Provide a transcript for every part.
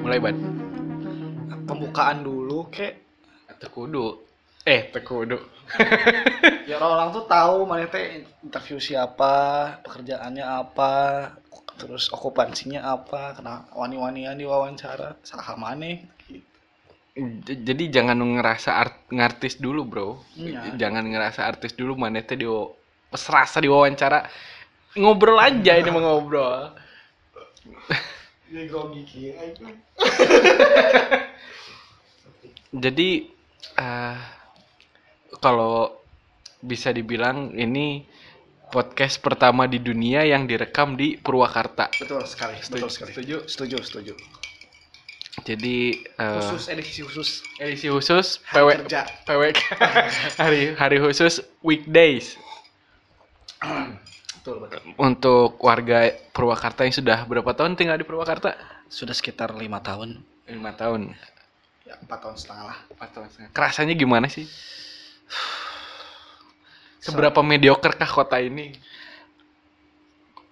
mulai ban pembukaan dulu kek terkudu eh terkudu biar orang tuh tahu mana teh interview siapa pekerjaannya apa terus okupansinya apa kena wani-wanian diwawancara saha maneh gitu. J- jadi jangan ngerasa art- ngartis dulu bro Iya. jangan ngerasa artis dulu mana teh di serasa diwawancara ngobrol aja ini mau ngobrol Jadi Iya, grogi kieu aing. jadi eh, kalau bisa dibilang ini podcast pertama di dunia yang direkam di Purwakarta Betul sekali, betul sekali. setuju. setuju, setuju. jadi eh, Khusus edisi khusus edisi khusus hari PW, kerja. PWK hari hari khusus weekdays Betul, betul. untuk warga Purwakarta yang sudah berapa tahun tinggal di Purwakarta? Sudah sekitar lima tahun, Lima tahun. ya empat tahun setengah lah. Empat tahun setengah. Kerasanya gimana sih? Seberapa mediocre kah kota ini?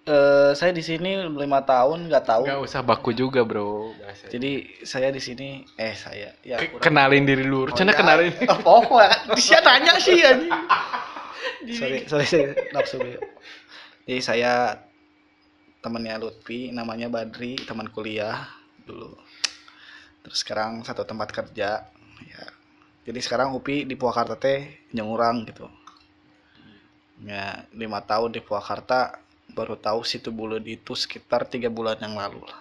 Eh, saya di sini lima tahun nggak tahu. Gak usah baku juga bro. Jadi Jadi saya di sini eh saya ya ke- kurang- kenalin diri dulu. Oh, Cana ya. kenalin. Eh, Pokoknya kan. Dia nanya sih anjing. sorry, sorry saya nafsu dulu. Jadi saya temannya Lutfi, namanya Badri, teman kuliah dulu. Terus sekarang satu tempat kerja. Ya. Jadi sekarang Upi di Purwakarta teh nyengurang gitu. Ya, lima tahun di Purwakarta baru tahu situ bulan itu sekitar tiga bulan yang lalu lah.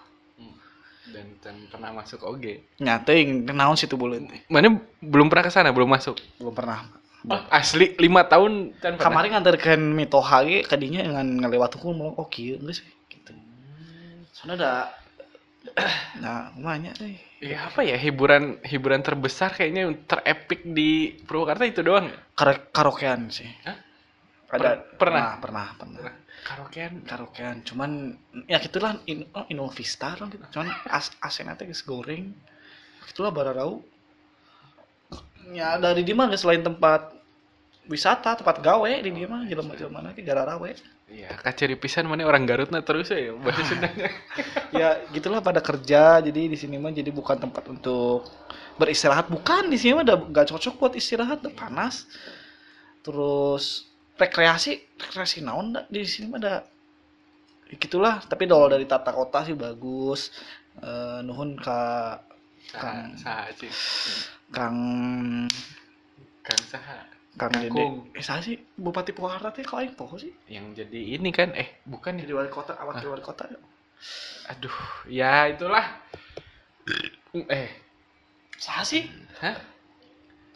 Dan, dan pernah masuk OG. Nyatain kenaun situ bulan Mana belum pernah ke sana, belum masuk. Ah, belum pernah. Asli lima tahun kan pernah. kemarin nganterkan mitoha ge kadinya dengan ngelewat hukum mau oh kieu geus we," gitu. Soalnya ada nah kumanya teh. Ya apa ya hiburan hiburan terbesar kayaknya terepik di Purwakarta itu doang. ya? Kara- Karaokean sih. Hah? Ada Nah, Per- pernah? pernah, pernah, pernah. Karaokean Karaokean, cuman ya gitulah in, oh, Inul Vista dong gitu. Cuman as asinnya teh geus goreng. Itulah bararau. Ya dari di mana selain tempat wisata, tempat gawe di dia mah jelema-jelema ge gara we. Iya, kaciri pisan mana orang Garutna terus ya bahasa Sundanya. ya gitulah pada kerja jadi di sini mah jadi bukan tempat untuk beristirahat bukan di sini mah udah gak cocok buat istirahat udah panas terus rekreasi rekreasi naon da? di sini mah ada ya, gitulah tapi kalau dari tata kota sih bagus Eh, nuhun ka Saha, saha sih. kang Kang Saha kang Kang dede Kung. eh saha sih bupati Purwakarta teh kalau aing poho sih yang jadi ini kan eh bukan ya. jadi wali kota awak wali kota Aduh, ya itulah. Eh, saha sih hah?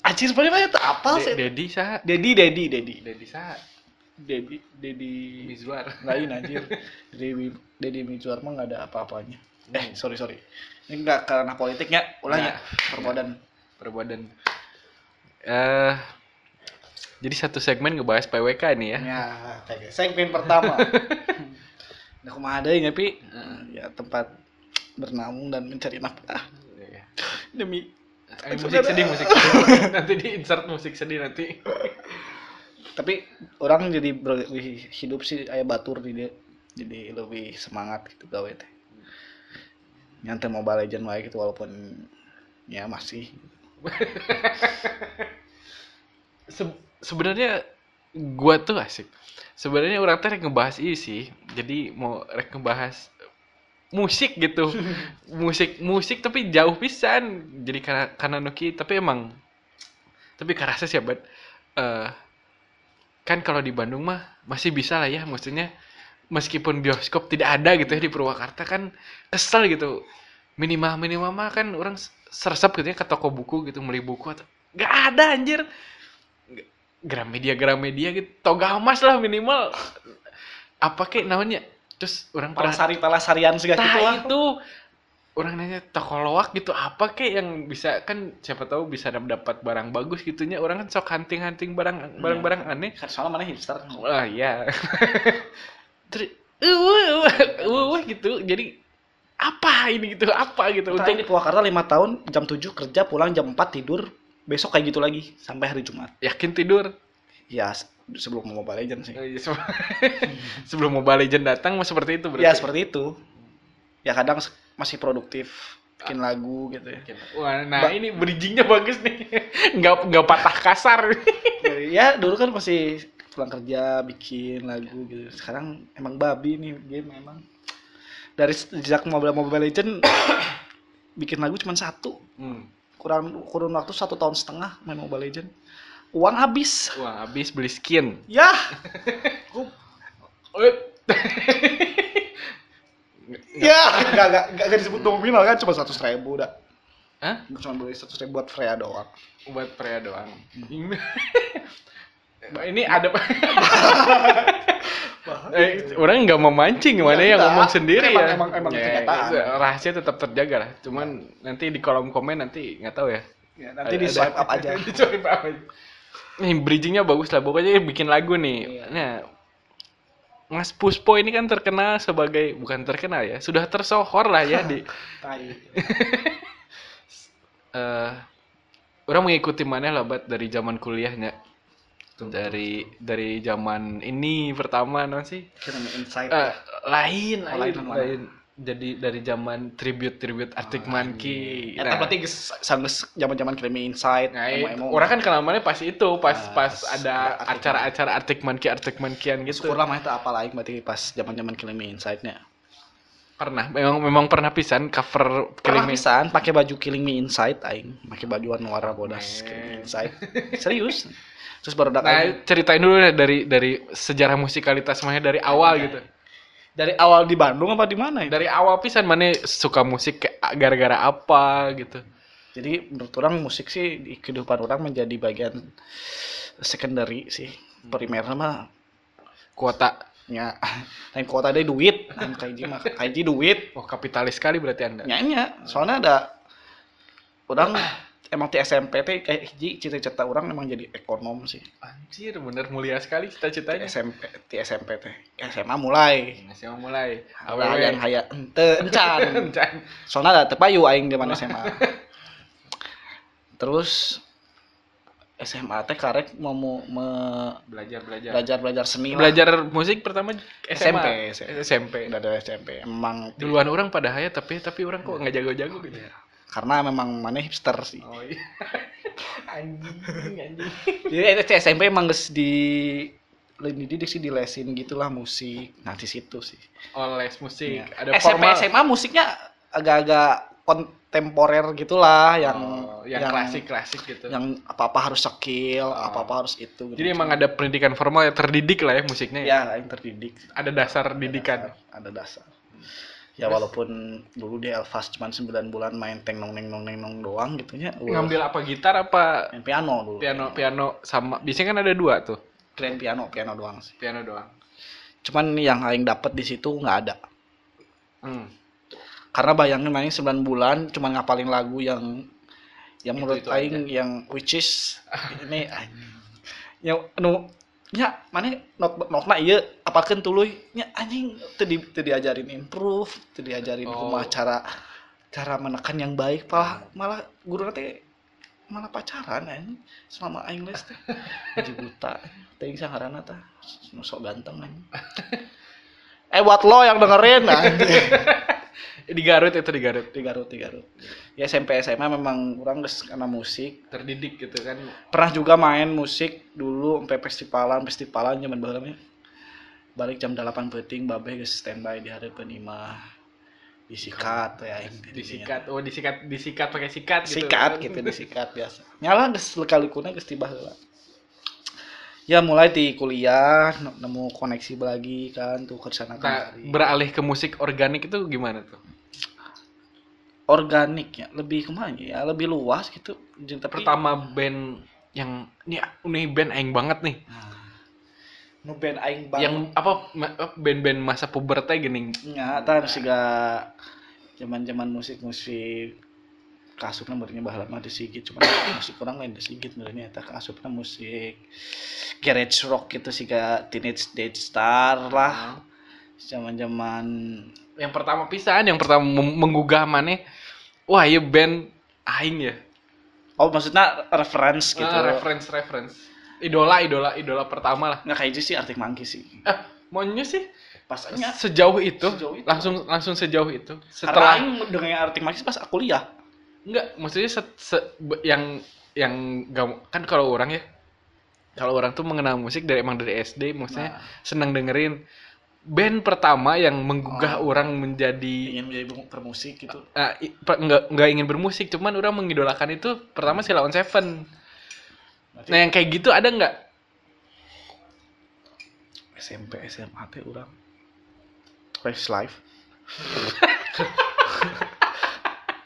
anjir sebenarnya teh apal De- sih Dedi saha? dedi dedi dedi Dedi saha? dedi dedi Mizwar. lain anjir Deddy Deddy Mizwar mah nggak ada apa-apanya eh sorry sorry ini nggak karena politiknya ulangnya perbodan Perbuatan. Eh jadi satu segmen ngebahas PWK nih ya. ya kayak segmen pertama nah kumaha deui nya Pi? ya tempat bernaung dan mencari nafkah Iya. demi Eh, musik sedih, musik sedih. nanti di insert musik sedih nanti. tapi orang jadi ber- hidup sih aya batur di dia jadi lebih semangat gitu gawe teh nyantai mobile legend wae gitu walaupun ya masih Se- sebenarnya gua tuh asik. Sebenarnya orang teh rek ngebahas ini sih. Jadi mau rek ngebahas musik gitu. musik musik tapi jauh pisan. Jadi karena karena Nuki tapi emang tapi kerasa sih abad eh kan kalau di Bandung mah masih bisa lah ya maksudnya meskipun bioskop tidak ada gitu ya di Purwakarta kan kesel gitu minimal minimal mah kan orang sersep gitu ya ke toko buku gitu beli buku atau nggak ada anjir Nggak- Gramedia Gramedia gitu Togamas lah minimal apa kek namanya terus orang pernah palasari palasarian segala Tah gitu lah itu orang nanya toko loak gitu apa kek yang bisa kan siapa tahu bisa dapat barang bagus gitunya orang kan sok hunting hunting barang barang barang aneh Kan soalnya mana hipster wah ya terus uh, gitu jadi apa ini gitu apa gitu Untuk di untuk Purwakarta 5 tahun jam 7 kerja pulang jam 4 tidur besok kayak gitu lagi sampai hari Jumat yakin tidur ya se- sebelum Mobile Legends sih Eh, se- sebelum Mobile Legend datang mah Iya, seperti itu berarti ya seperti itu ya kadang se- masih produktif bikin lagu gitu ya. Wah, nah Ba- ini bridgingnya bagus nih. nggak nggak patah kasar. ya dulu kan masih pulang kerja bikin lagu gitu. Sekarang emang babi nih game emang. Dari sejak Mobile Mobile Legend bikin lagu cuma satu. Hmm. Kurang kurun waktu satu tahun setengah main Mobile Legend. Uang habis. Ya! Wah, habis beli skin. Yah, Eh, ya, gak, gak, gak, gak disebut nominal kan, cuma seratus ribu udah Hah? Cuma beli seratus ribu buat Freya doang Buat prea doang. Hmm. ini ada eh, orang nggak memancing mana Ya, yang enggak. ngomong sendiri Emang- ya. emang- emang Ya, kenyataan. itu rahasia tetap terjaga lah. Cuman nanti di kolom komen nanti nggak tahu ya. Ya, nanti Ada- di swipe ada- up aja di swipe up aja. Nih bridgingnya bagus lah. Pokoknya bikin lagu nih. Iya. Nah, Mas Puspo ini kan terkenal sebagai bukan terkenal ya, sudah tersohor lah ya di Tai. eh orang mengikuti mana labat dari zaman kuliahnya dari dari zaman ini pertama non sih Kita namanya insight Eh, lain Oh, lain, lain mana? Ah, lain. jadi dari zaman tribute tribute Arctic iya, Monkey Eta berarti geus- sanggeus zaman-zaman krimi insight nah, emo- itu. emo. orang kan kenalnya pas itu pas Nah, pas pas ada Arctic Iya, acara-acara Arctic Monkey Arctic Monkeyan gitu syukurlah mah eta apa lain berarti pas zaman-zaman krimi insightnya pernah memang memang pernah pisan cover Pernah Krimi- pisan pakai baju Killing Me Inside aing, pakai bajuan warna bodas Man. Killing Me Inside. Serius. Terus baru dak nah aing. ceritain dulu deh dari dari sejarah musikalitas mana dari awal gitu dari awal di Bandung apa di mana ya? dari awal pisan mana suka musik ke- gara-gara apa gitu Jadi menurut orang musik sih di kehidupan orang menjadi bagian secondary sih. Primer mah kuota nya lain kuota ada duit, lain kaji mah kaji duit. oh kapitalis sekali berarti anda Nya nya soalnya ada orang emang di SMP teh kayak hiji cita-cita orang emang jadi ekonom sih. anjir bener mulia sekali Di cita-citanya SMP di SMP teh. SMA mulai. masih mau mulai Ada yang haya ente encan. Rencan. Soalnya ada tepayu aing di mana SMA. Terus SMA teh karek mau mau me- belajar belajar belajar Ya. belajar seni lah. belajar musik pertama SMA SMP. SMP Udah dari SMP emang ti- duluan orang pada haya tapi tapi orang kok nggak jago-jago gitu ya karena memang mana hipster sih oh iya anjing anjing jadi eh, itu SMP emang geus di dididik sih dilesin gitulah musik nah di situ sih oles musik Ya. ada SMP formal SMA musiknya agak-agak kontemporer gitulah yang Oh, yang, klasik klasik gitu yang apa-apa harus skill apa-apa harus itu gitu. jadi emang ada pendidikan formal yang terdidik lah ya musiknya ya, ya yang terdidik ada dasar Ada didikan dasar, ada dasar ya walaupun dulu di Elvas cuma 9 bulan main teng nong neng nong neng nong doang gitunya ngambil apa gitar apa main piano dulu piano piano sama biasanya kan ada dua tuh grand piano piano doang sih piano doang cuman yang aing dapat di situ nggak ada hmm. karena bayangin main 9 bulan cuman ngapalin lagu yang yang Itu- menurut itu aing yang which is ini anjing. yang nu nya mana not not mah iya apakeun tuluy nya anjing teu di teu diajarin improve teu diajarin Oh. kumaha cara cara menekan yang baik malah malah guru nanti malah pacaran anjing selama aing les teh jadi buta teuing sangarana tah Nu sok ganteng anjing eh buat lo yang dengerin anjing di Garut itu di Garut di Garut di Garut ya SMP SMA memang kurang geus karena musik terdidik gitu kan pernah juga main musik dulu sampai festivalan festivalan zaman baheula mah. balik jam 8 peting babe geus standby di hari penima disikat ya aing teh dinya. disikat oh disikat disikat pakai sikat gitu sikat gitu disikat biasa nyala geus lekalikuna geus tiba heula ya mulai di kuliah nemu koneksi lagi kan tuh ke Nah, sana kemari. beralih ke musik organik itu gimana tuh organik ya lebih kemana ya lebih luas gitu Jadi, tapi pertama band yang ini ini band aing banget nih nu band aing yang apa ma- apa, band-band masa pubertnya gini nya eta harus juga zaman-zaman musik-musik kasupna meureunnya bahala mah di sigit cuma musik kurang lain di sigit meureunnya eta kasupna musik garage rock gitu siga teenage dead star lah zaman-zaman yang pertama pisan yang pertama mem- menggugah mana wah iya band aing ya oh maksudnya reference gitu Ah, reference reference idola idola idola pertama lah nggak kayak gitu sih Arctic Monkey sih Eh, maunya sih pasnya sejauh itu, Sejauh itu. langsung langsung sejauh itu setelah setelah aing dengan artik marxis pas aku kuliah enggak maksudnya se- se- be- yang yang gak, kan kalau orang ya kalau orang tuh mengenal musik dari emang dari SD maksudnya Nah. senang dengerin band pertama yang menggugah Oh. orang menjadi ingin menjadi permusik gitu eh, i- per- nggak nggak ingin bermusik cuman orang mengidolakan itu pertama si Lawan Seven Berarti nah yang kayak gitu ada nggak SMP SMA teh urang West Life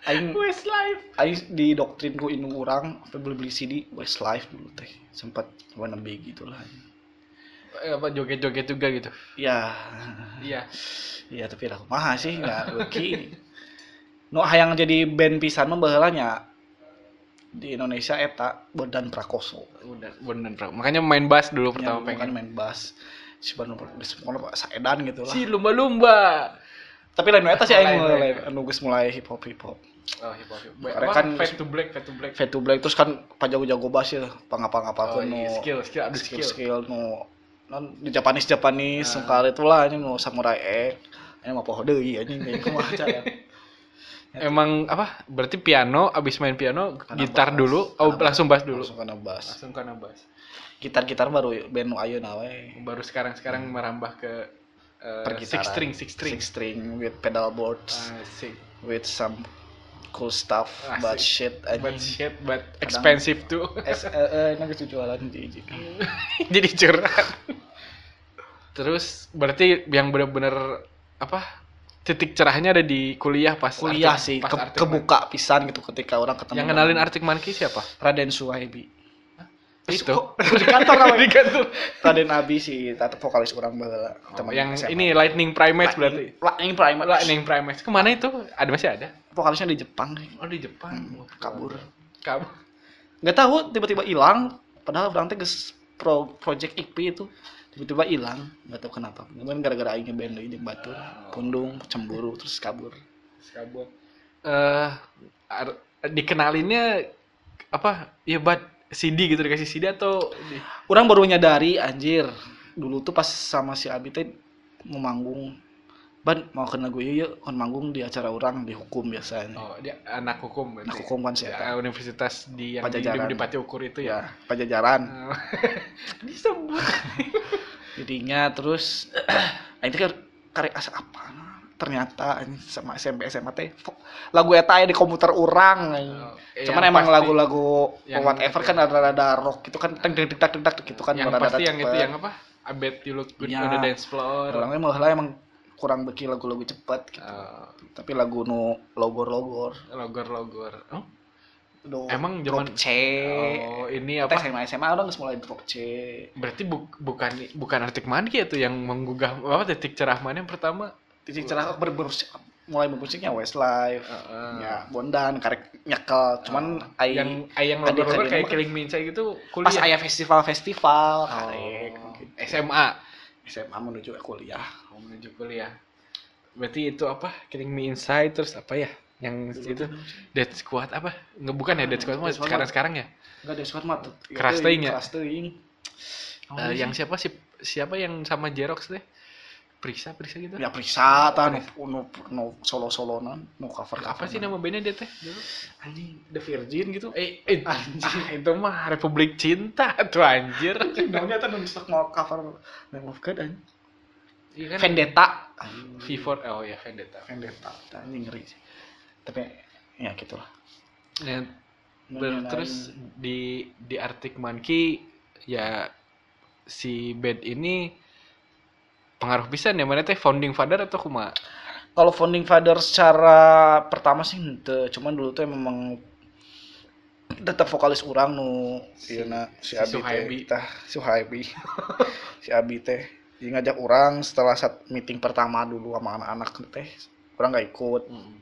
aing Westlife aing di doktrin ku indung urang apa beli beli CD Westlife dulu teh sempat wannabe gitu lah Eh, apa joget-joget juga gitu ya iya ya tapi lah mah sih nggak rugi nu hayang jadi band pisan mah baheula nya di Indonesia eta Bondan Prakoso udah bener bro makanya main bass dulu Nya pertama bukan pengen main bass si Bondan Prakoso semuanya Pak Saedan gitu lah si lumba-lumba tapi lain eta sih aing Lain, lain. mulai anu geus mulai hip hop hip hop oh hip hop hip hop Karena Apa? kan- fade to black fade to black Fade to Black terus kan panjang jago bass ya oh, pangapa-ngapa oh, nu iya, skill skill ada skill skill, skill nu non di Japanis Japanis Ah. sungkar itu lah ini nu samurai X ini mah poho deui anjing kayak kumaha cara emang apa berarti piano abis main piano Karena gitar bass. dulu oh Karena langsung bass dulu langsung kana bass langsung karena bass gitar-gitar baru band nu ayeuna we baru sekarang sekarang merambah ke eh, six Hmm. Pergitaran. string six string six string with pedal boards Ah, six with some cool stuff Asik. but shit but anjing shit but expensive too es eh, eh ini geus jualan di IG. Iya. jadi curhat terus berarti yang bener-bener apa titik cerahnya ada di kuliah pas kuliah Arctic- sih pas ke, Arctic kebuka pisan gitu ketika orang Monkey. ketemu yang dengan kenalin Arctic Monkey siapa Raden Suhaibi itu Kok di kantor namanya? Di kantor. Raden Abi sih tata vokalis orang baheula Oh, yang ini Lightning Primates berarti Lightning Primer Lightning Primates kemana itu ada masih ada vokalisnya di Jepang oh di Jepang Wah, kabur kabur nggak tahu tiba-tiba hilang padahal berangkat guys pro project IP itu tiba-tiba hilang nggak tahu kenapa mungkin gara-gara aing ngeband deui jeung batur pundung cemburu terus kabur kabur eh ar- dikenalinnya apa ya bat CD gitu dikasih CD atau di- orang baru nyadari anjir dulu tuh pas sama si Abi teh mau manggung ban mau kena gue yuk kon manggung di acara orang dihukum biasanya oh dia anak hukum berarti Anak hukum kan Ya, si eta. universitas di yang di, Pajajaran. di Bupati Ukur itu ya ya pajajaran Eh, disebut jadinya terus aing teh karek asa apa ternyata anjing sama SMP SMA teh fuck, lagu eta aya di komputer orang anjing. Eh, cuman yang emang pasti- lagu-lagu yang- whatever kan rada-rada rock gitu kan teng deg deg deg gitu kan yang rada-rada pasti yang itu cepet. yang apa I bet you look good Ya. on the dance floor orangnya malah lah emang kurang beki lagu-lagu cepet gitu Eh, tapi lagu nu logor-logor logor-logor oh, Do- Emang drop zaman- C oh, ini apa apa SMA SMA orang nggak mulai drop C berarti bu- bukan bukan Artik Monkey itu yang menggugah apa titik cerah mana yang pertama titik cerah ber bermusik- mulai bermusiknya Westlife Eh, eh. ya Bondan karek nyekel cuman aing- Ah, yang ayang tadi- logor-logor tadi kayak mah- Killing Mincai gitu kuliah pas ayah festival-festival Oh, karek gitu. SMA SMA menuju ke kuliah mau Oh, menuju kuliah berarti itu apa Killing Me Inside terus apa ya yang itu Dead Squad apa nggak bukan ya Dead Squad mah Dead Squad sekarang sekarang ya enggak ada suara mah Keras teuing ya? keras teuing Oh, Eh, iya. yang siapa sih siapa yang sama Jerox deh Prisa Prisa gitu ya periksa ta nu nu, nu solo solonan nu cover apa sih nama bandnya dia teh dulu? anjing The Virgin gitu eh, eh Anjing. ah, itu mah Republik Cinta tuh anjir namanya tuh nu sok mau cover Lamb of God anjing iya kan Vendetta V4 oh ya Vendetta Vendetta ta, anjing ngeri sih tapi ya gitulah Nah, Nu Ber- nyalain- terus di di Arctic Monkey ya si band ini pengaruh pisan ya mana teh founding father atau kuma kalau founding father secara pertama sih henteu cuman dulu tuh memang tetap vokalis orang nu Si- ieu na, si, si Abi Suhaibi. teh tah Suhaibi si Abi teh dia ngajak orang setelah saat meeting pertama dulu sama anak-anak teh orang nggak ikut Hmm.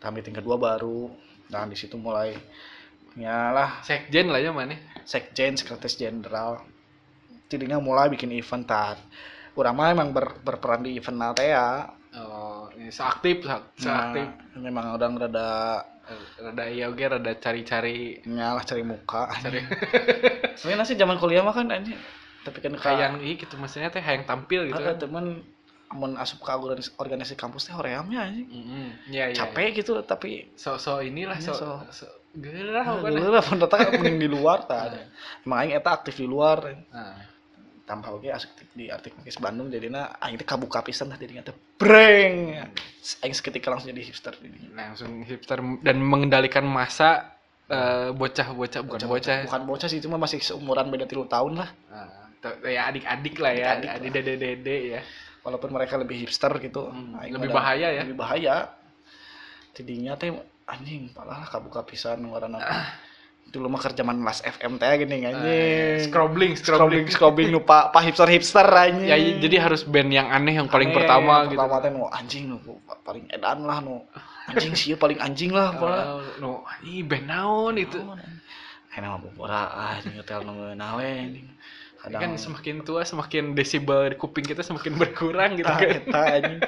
tah meeting kedua baru nah di situ mulai nyalah sekjen lah ya mana sekjen sekretaris jenderal tidinya mulai bikin event tar orang mah emang ber- berperan di event na teh ya oh ini seaktif sa- seaktif Nah, memang orang rada rada iya oge rada cari-cari nyalah cari muka cari sebenarnya sih zaman kuliah mah kan anjing tapi kan kayak Kayak ih gitu maksudnya teh hayang tampil gitu kan. teman mun asup ke organisasi, organisasi kampus teh horeamnya anjing. Heeh. Iya iya. capek gitu tapi So-so inilah so Iya, so geulah lah ah, pokoknya. dulu lah pun datang mending di luar ta Iya. emang aing eta aktif di luar Nah, tanpa oke asik di artik Mekis Bandung jadinya aing teh kabuka pisan tah dirinya teh breng aing seketika langsung jadi hipster jadi Nah, langsung hipster dan mengendalikan masa eh, bocah-bocah bukan bocah. ya. bukan bocah sih cuma masih seumuran beda tilu tahun lah Ah, to- ya adik-adik lah ya, Adik-adik lah. adik dede-dede ya. walaupun mereka lebih hipster gitu Hmm, Aing lebih ada- bahaya ya. lebih bahaya tidinya teh anjing palah kabuka pisan warna dulu mah kerja man las FM teh Eh, gini anjing scrolling, scrubbing scrolling. scrubbing lupa pa hipster hipster anjing Ya, i- jadi harus band yang aneh yang paling Aneh, pertama gitu. pertama teh nu anjing nu paling edan lah nu anjing sih ya, paling anjing lah pokoknya. Oh, no, ih band naon itu. Enak mah bubura ah jeung hotel nu nawe Kan kadang semakin tua semakin desibel di kuping kita semakin berkurang gitu kan. kita kita anjing.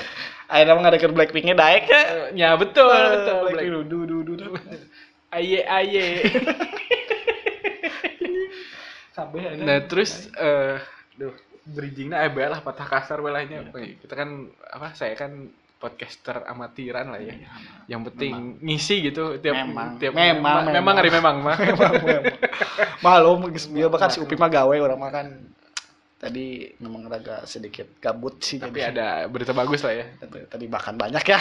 Ayeuna mah ngadekeun Blackpink-nya daek ya. Eh, ya betul, betul. Blackpink Black. du du du. du. Aye aye. Kabeh anjing. nah, terus eh iya. duh, bridgingnya eh lah patah kasar welahnya. Wih, Kita kan apa saya kan podcaster amatiran lah ya. Yang penting ngisi gitu tiap Iya, Memang. tiap Memang, memang memang. memang hari memang mah. Malum geus bieu bahkan si Upi mah gawe urang mah kan. Tadi memang agak sedikit gabut sih Tapi jadi. ada berita bagus lah ya. tadi bahkan banyak ya.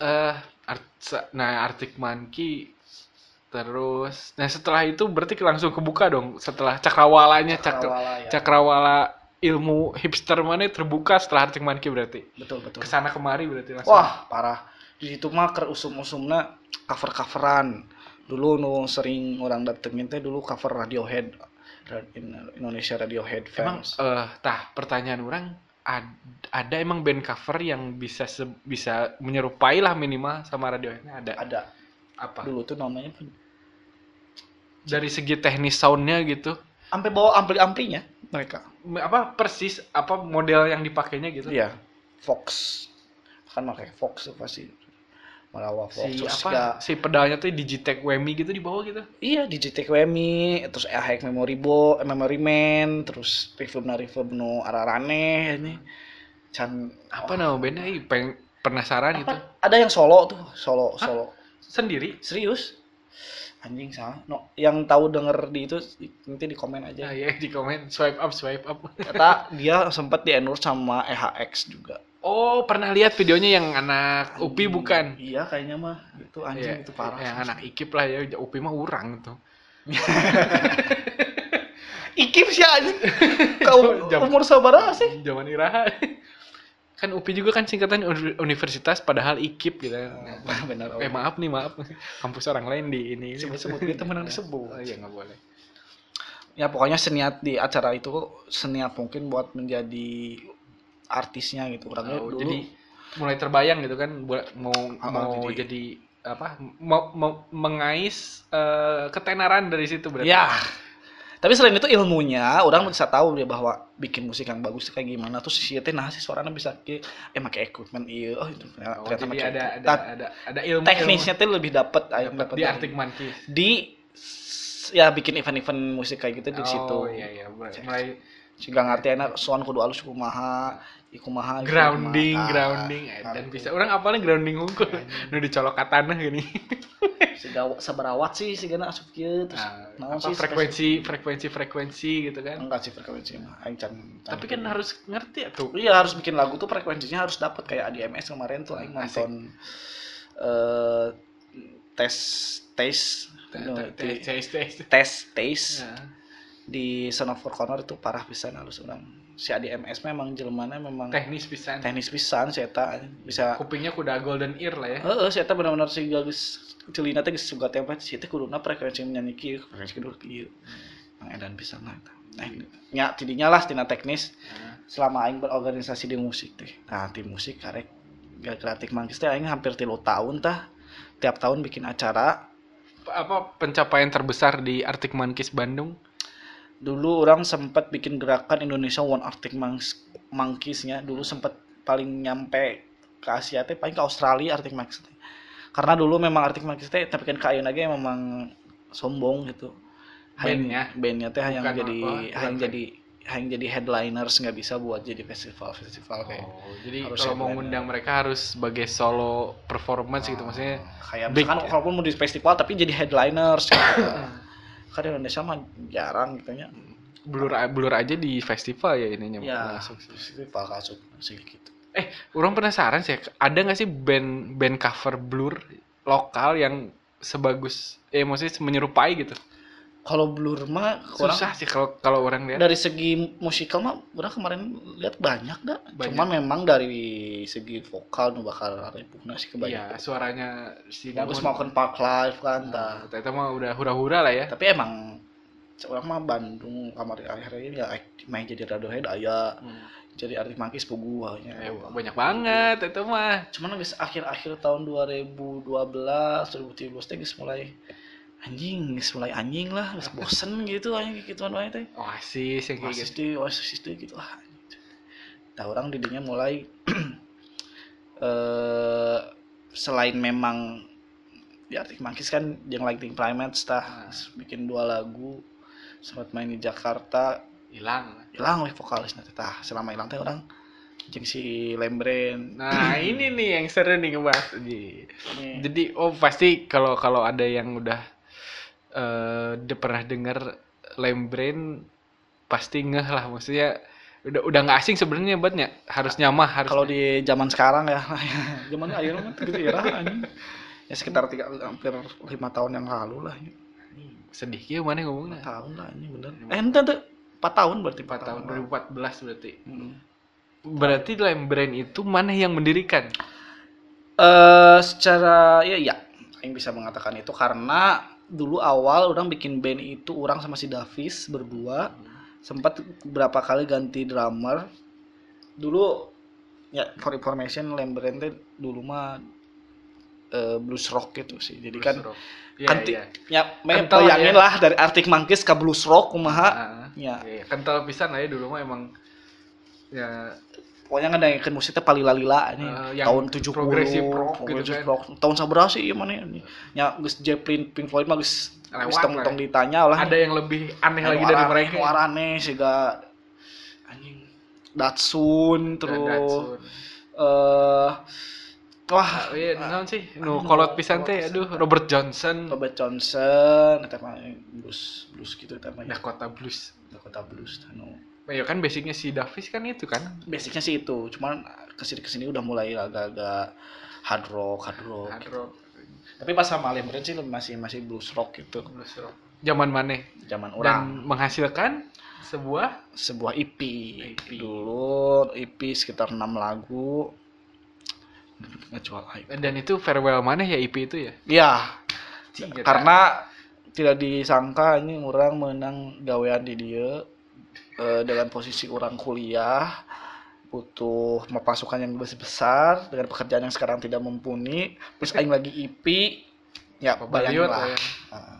eh art- sa- nah Arctic Monkey terus nah setelah itu berarti langsung kebuka dong setelah cakrawalanya cakrawala, Cakrawala ya. cakrawala ilmu hipster mana terbuka setelah Arctic Monkey berarti Betul betul. kesana kemari berarti langsung Wah, parah. Di situ mah ker usum-usumna cover-coveran. Dulu nu sering orang datengin teh dulu cover Radiohead. Ra- In- Indonesia Radiohead emang fans. eh tah pertanyaan orang ad- ada emang band cover yang bisa se- bisa menyerupai lah minimal sama Radiohead-nya ada ada apa dulu tuh namanya dari segi teknis soundnya gitu sampai bawa ampli-amplinya mereka. Me- apa persis apa model yang dipakainya gitu Iya. Fox. Kan pakai Fox tuh pasti. Marawa Fox. si Terus apa ya, si pedalnya tuh Digitech Wemi gitu di bawah gitu iya Digitech Wemi, terus Hack Memory Bo, eh, Memory Man, terus Nah, reverb na reverb nu ararane ini. Can apa nama bandnya ih peng penasaran gitu Apa? Ada yang solo tuh, solo Hah? solo. sendiri Serius? Anjing salah. No, yang tahu denger di itu nanti di komen ya aja. ya di komen swipe up swipe up Kata dia sempat di endorse sama EHX juga. oh pernah lihat videonya yang anak Upi bukan Iya, kayaknya mah itu Iya, anjing itu parah. yang anak Ikip lah ya Upi mah urang tuh Ikip sih ya, anjing. Kau Jam- umur sabaraha sih? zaman Iraha kan Upi juga kan singkatan uni- universitas padahal Ikip gitu Ah, kan Benar. eh maaf nih maaf kampus orang lain di ini Sebut-sebut dia temenan disebut. oh, iya nggak boleh Ya pokoknya seniat di acara itu seniat mungkin buat menjadi artisnya gitu. Orangnya Oh, dulu jadi mulai terbayang gitu kan buat mau Ah, mau jadi, jadi- apa mau, mau- mengais eh, ketenaran dari situ berarti. Ya. Tapi selain itu ilmunya, orang bisa tahu dia bahwa bikin musik yang bagus itu kayak gimana. Terus si teh nah sih suaranya bisa ke eh make equipment iya. Oh, itu ternyata Oh, jadi make ada equipment. ada ada ada ilmu teknisnya teh lebih ilmu dapat ayo dapat dapat di Arctic Monkeys. di s- ya bikin event-event musik kayak gitu di situ. Oh iya iya mulai, mulai Sehingga ngerti enak sound kudu alus kumaha, ikumaha. grounding grounding eh, dan bisa orang apalnya grounding hukum Iya. nu dicolok ke tanah gini. seberawat sih sigana asup kieu terus Nah, naon apa sih Oh, frekuensi frekuensi frekuensi gitu spes- kan. enggak sih frekuensi mah aing can can- Tapi kan harus ngerti ya tuh. Iya harus bikin lagu tuh frekuensinya harus dapat kayak ADMS kemarin tuh aing Asik. nonton eh tes tes no, Tes di- tes tes. tes tes Nah. di Son of Four Corner itu parah pisan halus orang si ADMS memang jelmana memang Teknis pisan. teknis pisan si eta bisa Kupingnya kuda golden ear lah ya. heeh si eta benar-benar si geus celina teh geus suka tempat si teh kuduna frekuensi menyanyi kieu Iya. frekuensi kudu kieu Mang edan pisan lah eta. Nah, nya tidinya lah tina teknis Nah. selama aing berorganisasi di musik teh nah di musik karek gak kreatif manggis teh aing hampir tilu tahun tah tiap tahun bikin acara apa pencapaian terbesar di Arctic Monkeys Bandung? dulu orang sempat bikin gerakan Indonesia One Arctic Monks Monkeys-nya dulu sempat paling nyampe ke Asia teh paling ke Australia Arctic Monkeys teh karena dulu memang Arctic Monkeys teh tapi kan ke ayeuna ge memang sombong gitu Bandnya. bandnya teh ya? yang Bukan jadi apa, yang bukan jadi yang jadi headliners nggak bisa buat jadi festival festival kayak Oh, jadi ya. Harus kalau mau headliner. ngundang mereka harus sebagai solo performance gitu Ah. maksudnya. Oh, kayak big misalkan ya? walaupun mau di festival tapi jadi headliners gitu. kan di Indonesia mah jarang gitu ya Blur blur aja di festival ya ininya ya langsung. festival kasut sih gitu Eh, orang penasaran sih, ada nggak sih band band cover blur lokal yang sebagus eh maksudnya menyerupai gitu. kalau Blur mah kurang Susah ya. sih kalau kalau orang lihat. dari segi musikal mah udah kemarin lihat banyak dah Banyak. cuman memang dari segi vokal nu bakal repugna sih Iya, kebanyakan suaranya si bagus Daun. maupun Park Live kan Nah, tah. Eta mah udah hura-hura lah ya. tapi emang orang mah Bandung kamari akhir ini ya main jadi Radiohead aya ya, jadi artis mangkis pugu wae nya. Eh, banyak banget itu mah. cuman guys akhir-akhir tahun 2012 2013 teh geus mulai anjing geus mulai anjing lah geus bosen gitu anjing gituan wae teh Oasis yang kayak Oasis gitu. deh, Oasis deh gitu ah. Nah orang didinya mulai eh selain memang di Arctic Monkeys kan yang Lightning Primates tah bikin dua lagu sempat main di Jakarta Hilang. hilang weh vokalis nanti tah selama hilang teh orang jeung si Lembren Nah, ini nih yang seru nih ngebahas. Ji. ini Jadi oh pasti kalau kalau ada yang udah eh de- pernah dengar Lembrain pasti ngeh lah maksudnya udah udah nggak asing sebenarnya buatnya harus nyamah harus Ah, kalau di zaman sekarang ya zaman ayeuna mah gitu ya anjing ya sekitar tiga hampir lima tahun yang lalu lah ya. sedih gitu mana ngomongnya tahun lah ini bener eh ente tuh 4 tahun berarti 4 tahun 2014 berarti Mm. berarti Lembrain itu mana yang mendirikan Eh, secara ya ya yang bisa mengatakan itu karena dulu awal orang bikin band itu orang sama si Davis berdua sempat berapa kali ganti drummer dulu ya for information Lembrand teh dulu mah eh, blues rock gitu sih jadi kan Terus, Rob. Iya, kanti iya. ya me- Kental, ya. bayangin lah dari Arctic Monkeys ke blues rock kumaha Ah, ya iya, kental pisan aja dulu mah emang ya pokoknya kan ngedengerin musiknya palila-lila nih Eh, yang tahun 70 progressive rock gitu progressive kan. rock. tahun saberapa sih ieu mana ya? ini nya geus Zeppelin Pink Floyd mah geus geus Lewat tong lah. tong ditanya lah ada yang lebih aneh lagi dari mereka Iya, warane siga anjing Datsun Dan terus Datsun. eh wah Ah, iya, naon sih? Nu Aduh, kolot pisan kolot teh pisan. aduh Robert Johnson. Robert Johnson eta mah blues blues gitu eta mah ya Dakota Blues. Dakota blues anu Ya kan basicnya si Davis kan itu kan. basicnya sih itu cuman kesini kesini udah mulai agak-agak hard rock hard rock Hard rock, tapi pas sama Lembrand sih masih masih blues rock gitu blues rock. Zaman mana? zaman orang Dan menghasilkan sebuah sebuah EP. EP. dulu EP sekitar 6 lagu ngejual hype dan itu farewell mana ya IP itu ya? ya Ciga, karena tidak disangka ini orang menang gawean di dia eh, dengan posisi orang kuliah butuh pasukan yang besar dengan pekerjaan yang sekarang tidak mumpuni terus aing lagi EP ya tak? bayangin Pabaliot, lah ya. Heeh.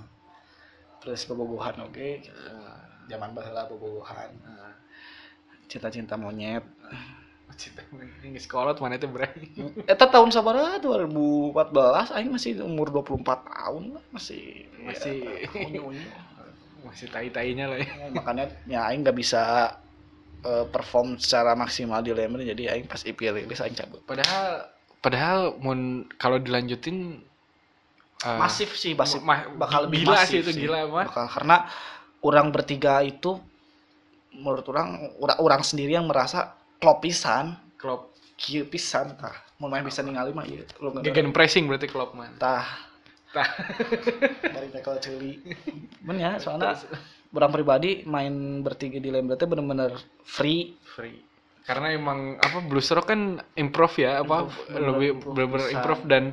terus bobogohan oke Ah, zaman baheula bobogohan ah. cinta-cinta monyet Cinta ini sekolot mana itu Iya. berani. Eta Eh, tahun sabaraha 2014 aing masih umur 24 tahun lah masih Masih- ya, unyu-unyu. Masih tai-tainya lah ya. Ya, makanya ya aing nggak bisa eh, perform secara maksimal di Lemon jadi aing pas EP rilis aing cabut Padahal padahal mun kalau dilanjutin eh, masif sih masif ma- bakal lebih gila sih masif itu gila mah. Bakal- karena orang bertiga itu menurut orang orang, orang sendiri yang merasa klopisan Klopp kieu pisan tah mau main bisa ningali mah ieu lu Gegen ngedengerin. pressing berarti Klopp man. tah Tah. dari tackle celi men ya soalnya orang pribadi main bertiga di Lembrete bener-bener free free. Karena emang apa blues rock kan improv ya, apa Improve, bener-bener lebih improve bener-bener pisan. improv dan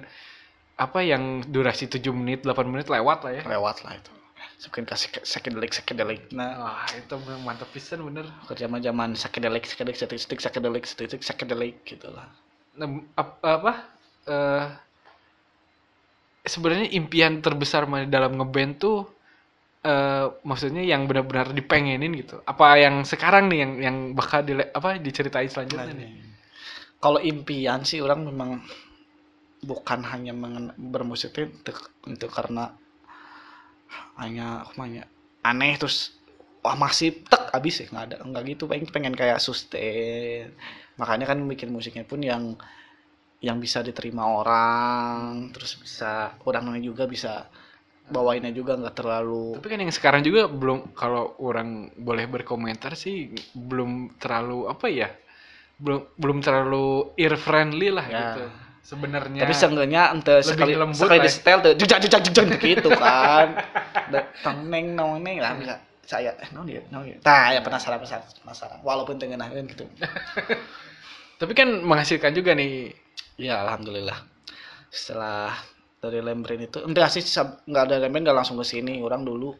apa yang durasi 7 menit, 8 menit lewat lah ya. lewat lah itu mungkin kasih psychedelic psychedelic nah Wah, itu memang mantap pisan bener. kerja mah zaman psychedelic psychedelic statistik psychedelic statistik psychedelic gitu lah Nem- ap- apa eh sebenarnya impian terbesar mana dalam ngeband tuh eh maksudnya yang benar-benar dipengenin gitu. Apa yang sekarang nih yang yang bakal di apa diceritain selanjutnya nih? kalau impian sih orang memang bukan hanya mengen- bermusik itu untuk, untuk karena hanya kumanya aneh terus wah masih tek abis ya nggak ada nggak gitu pengen pengen kayak sustain makanya kan bikin musiknya pun yang yang bisa diterima orang terus bisa orangnya juga bisa bawainnya juga nggak terlalu Tapi kan yang sekarang juga belum kalau orang boleh berkomentar sih belum terlalu apa ya? Belum belum terlalu ear friendly lah Ya. gitu. Sebenarnya. tapi seenggaknya ente Ya. Lebih sekali lembut sekali lah. ya. di setel tuh jujang jujang jujang gitu kan datang neng nong neng lah bisa saya eh nong dia nong dia nah ya penasaran penasaran penasaran walaupun tengenahin gitu Tapi kan menghasilkan juga nih. ya alhamdulillah setelah dari Lembrin itu enggak sih sab- nggak ada Lembrin nggak langsung ke sini orang dulu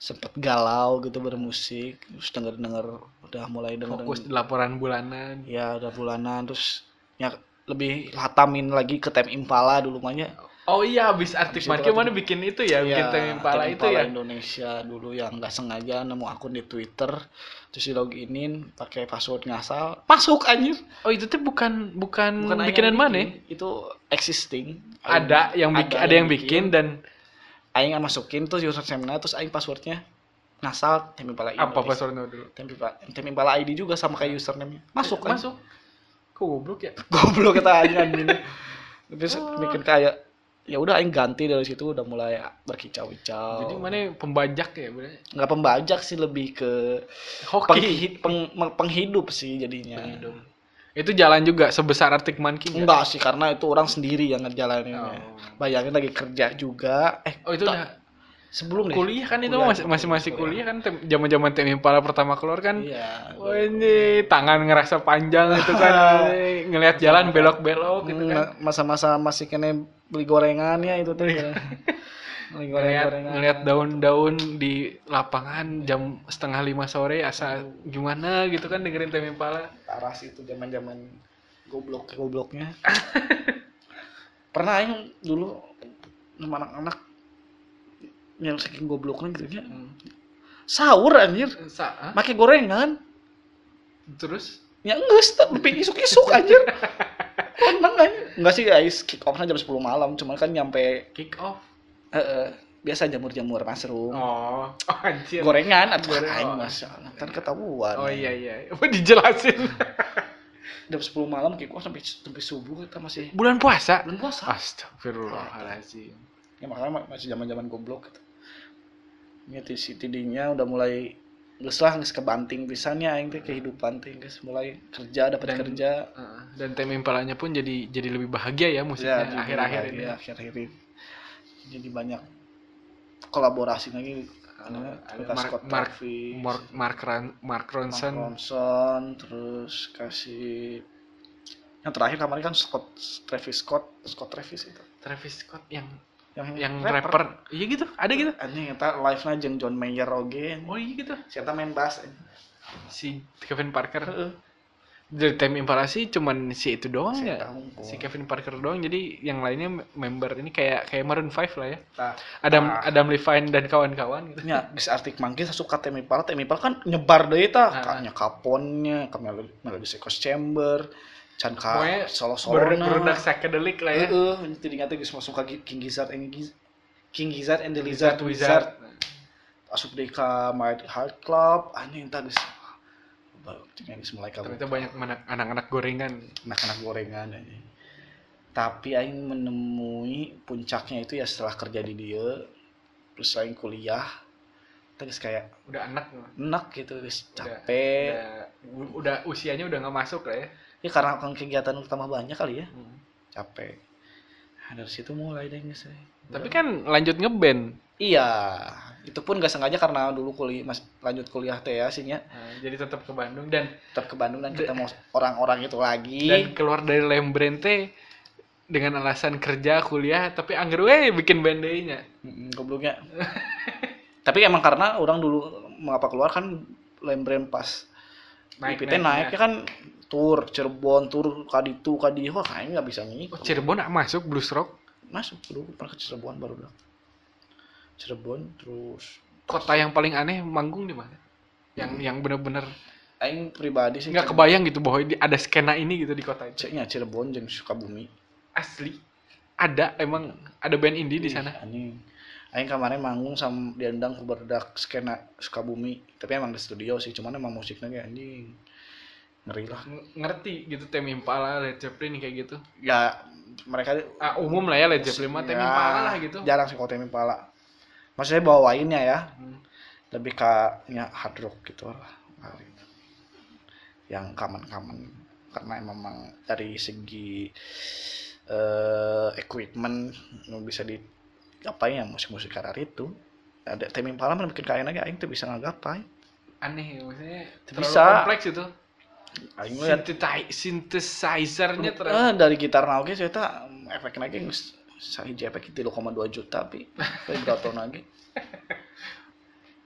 sempet galau gitu bermusik terus denger denger udah mulai denger Fokus di laporan bulanan. ya udah bulanan terus ya lebih hatamin lagi ke tem impala dulu makanya Oh iya, habis artis Habis itu Markio kan- mana bikin itu ya, bikin Tame Impala Tem itu ya. Iya, Indonesia dulu yang nggak sengaja nemu akun di Twitter terus di loginin pakai password ngasal masuk anjir Oh itu tuh bukan bukan, Bukan bikinan Aing yang mana? ya? bikin, itu existing Ada yang bikin, ada, yang bikin, dan Aing masukin terus username-nya terus Aing passwordnya ngasal Tem apa Impala Indonesia. passwordnya dulu? Tem Impala, Tem Impala ID juga sama kayak username-nya masuk kan Masuk. Kok goblok ya? goblok kata Aing admin terus Oh. bikin kayak ya udah Aing ganti dari situ udah mulai berkicau-kicau Jadi mana pembajak ya, bener? nggak pembajak sih lebih ke Hoki. penghi- peng- meng- penghidup sih jadinya Penghidup. Itu jalan juga sebesar Arctic ya? Monkey nggak? enggak sih karena itu orang sendiri yang ngejalaninnya Oh. bayangin lagi kerja juga eh Oh itu tak, udah sebelum deh. kuliah kan itu Kuliah, masih masih masih kuliah kan tem- zaman-zaman tim impala pertama keluar kan. iya Wah ini tangan ngerasa panjang itu kan ngelihat jalan belok-belok gitu kan. Oh, Hmm, masa-masa masih kena beli gorengan ya itu tuh iya. beli Ngelihat goreng-gorengan ngelihat daun-daun di lapangan jam setengah lima sore asa gimana gitu kan dengerin tim impala. parah sih itu zaman zaman goblok gobloknya pernah yang dulu sama anak-anak yang saking gobloknya gitu ya sahur anjir Hmm. Sa- ah? pakai gorengan Terus ya enggak sih tapi isuk isuk anjir emang anjir enggak sih guys kick offnya jam 10 malam cuman kan nyampe kick off. eh, eh, biasa jamur-jamur mushroom Oh, oh anjir. gorengan atau Goreng- aing oh. masya Allah ntar ketahuan Oh iya iya. Apa dijelasin? jam 10 malam kick off sampai sampai subuh kita masih Bulan puasa. belum puasa Astagfirullahaladzim. ya makanya ma- masih zaman zaman goblok gitu ya ti- si tidinya udah mulai geus lah geus kebanting pisannya aing teh kehidupan teh geus mulai kerja dapat Dan- kerja Heeh, Dan tim impalanya pun jadi jadi lebih bahagia ya musiknya jadi akhir-akhir mulai- ini. ya, akhir-akhir ini jadi banyak kolaborasi lagi karena Ada Mark, Mark- Scott Mark- Travis, Mark Mark, Ran- Mark Mark Ronson. Ronson, terus kasih yang terakhir kemarin kan Scott Travis Scott Scott Travis itu Travis Scott yang yang yang rapper. Iya gitu, ada gitu. anjing eta live nya jeung John Mayer oge Oh iya gitu. siapa main bass anjing. Si Kevin Parker. Dari tim impala sih cuman si itu doang Si ya. eta unggul. Si Kevin Parker doang. Jadi yang lainnya member ini kayak kayak Maroon 5 lah ya. Tah. Adam Ah. Adam Levine dan kawan-kawan gitu. nya geus Arctic Monkey asup ka Temi Pala, Temi Pala kan nyebar deui tah, Ah. ka nya kaponnya, ka Mel- Melody Seco's Chamber, can Pokoknya Ber- ka solo-solona. Berudak psychedelic lah ya. Heeh, tadi ngata geus masuk ka King Gizzard and Giz- King Gizzard and the Wizard uh, Lizard Wizard. Asup deui ka Mighty Heart Club, anjing tah geus Baru- tinggal geus mulai ka Ternyata banyak anak- anak-anak gorengan. anak-anak gorengan anjing. Tapi aing menemui puncaknya itu ya setelah kerja di dia, terus aing kuliah, terus kayak Udah anak loh. enak gitu guys Udah, capek udah, udah usianya udah nggak masuk lah ya. ya karena kan kegiatan utama banyak kali ya capek nah, dari situ mulai deh guys ya. Tapi kan lanjut ngeband. iya itu pun gak sengaja karena dulu kuliah mas lanjut kuliah teh ya sih nya Nah, jadi tetap ke Bandung dan tetap ke Bandung dan ketemu orang-orang itu lagi dan keluar dari Lembrente dengan alasan kerja kuliah tapi anggar we bikin band deui nya. Mm, gobloknya tapi emang karena orang dulu mengapa keluar kan lembren pas naik, naik, naiknya kan tur Cirebon tur kaditu kaditu wah kayaknya nggak bisa nih Oh, Cirebon nggak masuk blues rock masuk dulu pernah ke Cirebon baru udah Cirebon terus kota yang paling aneh manggung di mana? Yang yang bener-bener Aing pribadi sih nggak Cir- kebayang gitu bahwa di- ada skena ini gitu di kota itu. Cirenya Cirebon jeung Sukabumi Iya. Asli ada emang ada band indie di sana. Ih, anjing Aing kemarin manggung sama diundang ke berdak skena Sukabumi tapi emang di studio sih cuman emang musiknya kayak anjing ngeri lah Ng- ngerti gitu Tame Impala, Led Zeppelin kayak gitu. ya mereka Ah, umum lah ya Led Zeppelin mah Tame Ya, Impala lah gitu. jarang sih kalau Tame Impala maksudnya bawainnya ya Hmm. lebih ke ya, hard rock gitu lah yang kaman-kaman karena emang emang dari segi eh, equipment nu bisa di apa ya musik-musik karar itu ada Tame Impala mah bikin kayaknya aja aing tuh bisa ngagapai Aneh ya, maksudnya terlalu Bisa. kompleks itu. aing lihat Sintetai- Synthesizernya terlalu Eh, dari gitar nah oke ternyata efek lagi ngus sahiji efek itu 0,2 juta tapi vibrato lagi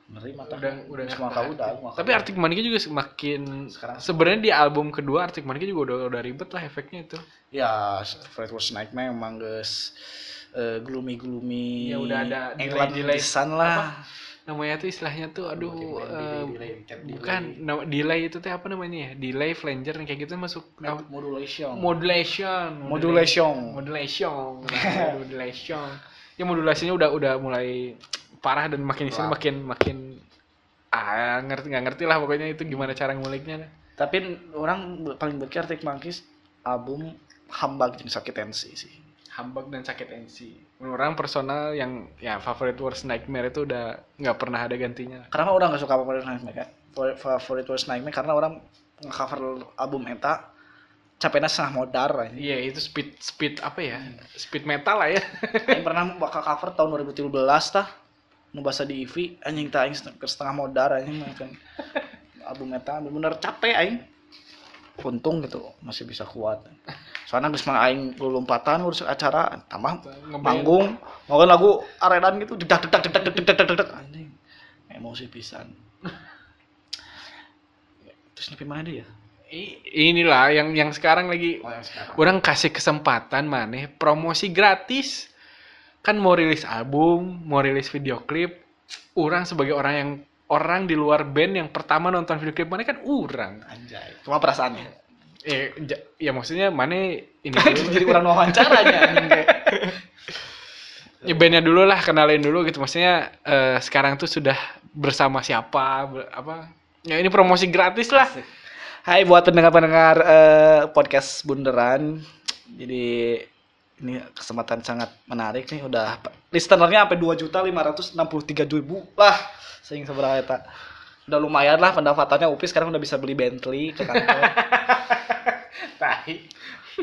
ngeri mata udah udah Ngus nggak mata tahan. udah mata Tapi udah. Arctic Monkey juga semakin Sekarang- sebenarnya di album kedua Arctic Monkey juga udah udah ribet lah efeknya itu. ya Fleetwood Snack mah emang eh, guys gloomy gloomy Ya, udah ada delay-delay. Englandisan lah Namanya tuh istilahnya tuh aduh Delay, eh, delay, delay, bukan nama, delay itu teh apa namanya ya? Delay flanger kayak gitu masuk delay. apa? modulation modulation. modulation modulation modulation ya modulasinya udah udah mulai parah dan makin sini Lah. makin makin ah ngerti nggak ngerti lah pokoknya itu gimana cara nguliknya tapi orang paling beki Arctic Monkeys album hambak jeung sakit tensi sih hambak dan sakit NC menurut orang personal yang ya favorite worst nightmare itu udah nggak pernah ada gantinya kenapa orang gak suka favorit Nightmare kan? Fa- favorit Worst Nightmare karena orang ngecover album eta capeknya setengah modar aja. iya itu speed speed apa ya speed metal lah ya Aing pernah bakal cover tahun 2013 tah nu basa di IV anjing tah aing seteng- setengah modar anjing makan album eta bener capek aing untung gitu masih bisa kuat soalnya geus mah aing lompatan urus acara tambah Ngeband. manggung ngobrol lagu arenan gitu dedak dedak dedak dedak dedak dedak anjing emosi pisan terus nepi mana dia I- inilah yang yang sekarang lagi Oh, yang sekarang. orang kasih kesempatan maneh promosi gratis kan mau rilis album mau rilis video klip orang sebagai orang yang orang di luar band yang pertama nonton video klip mana kan orang Anjay. Cuma perasaannya. ya, ja- ya maksudnya mana ini dulu. Jadi orang wawancaranya anjing kayak. ya bandnya dulu lah kenalin dulu gitu maksudnya eh, sekarang tuh sudah bersama siapa ber- apa ya ini promosi gratis lah Hai buat pendengar-pendengar eh, podcast Bunderan. Jadi ini kesempatan sangat menarik nih udah listenernya sampai 2.563.000 lah. Sing seberapa eta. Udah lumayan lah pendapatannya Upi sekarang udah bisa beli Bentley ke kantor.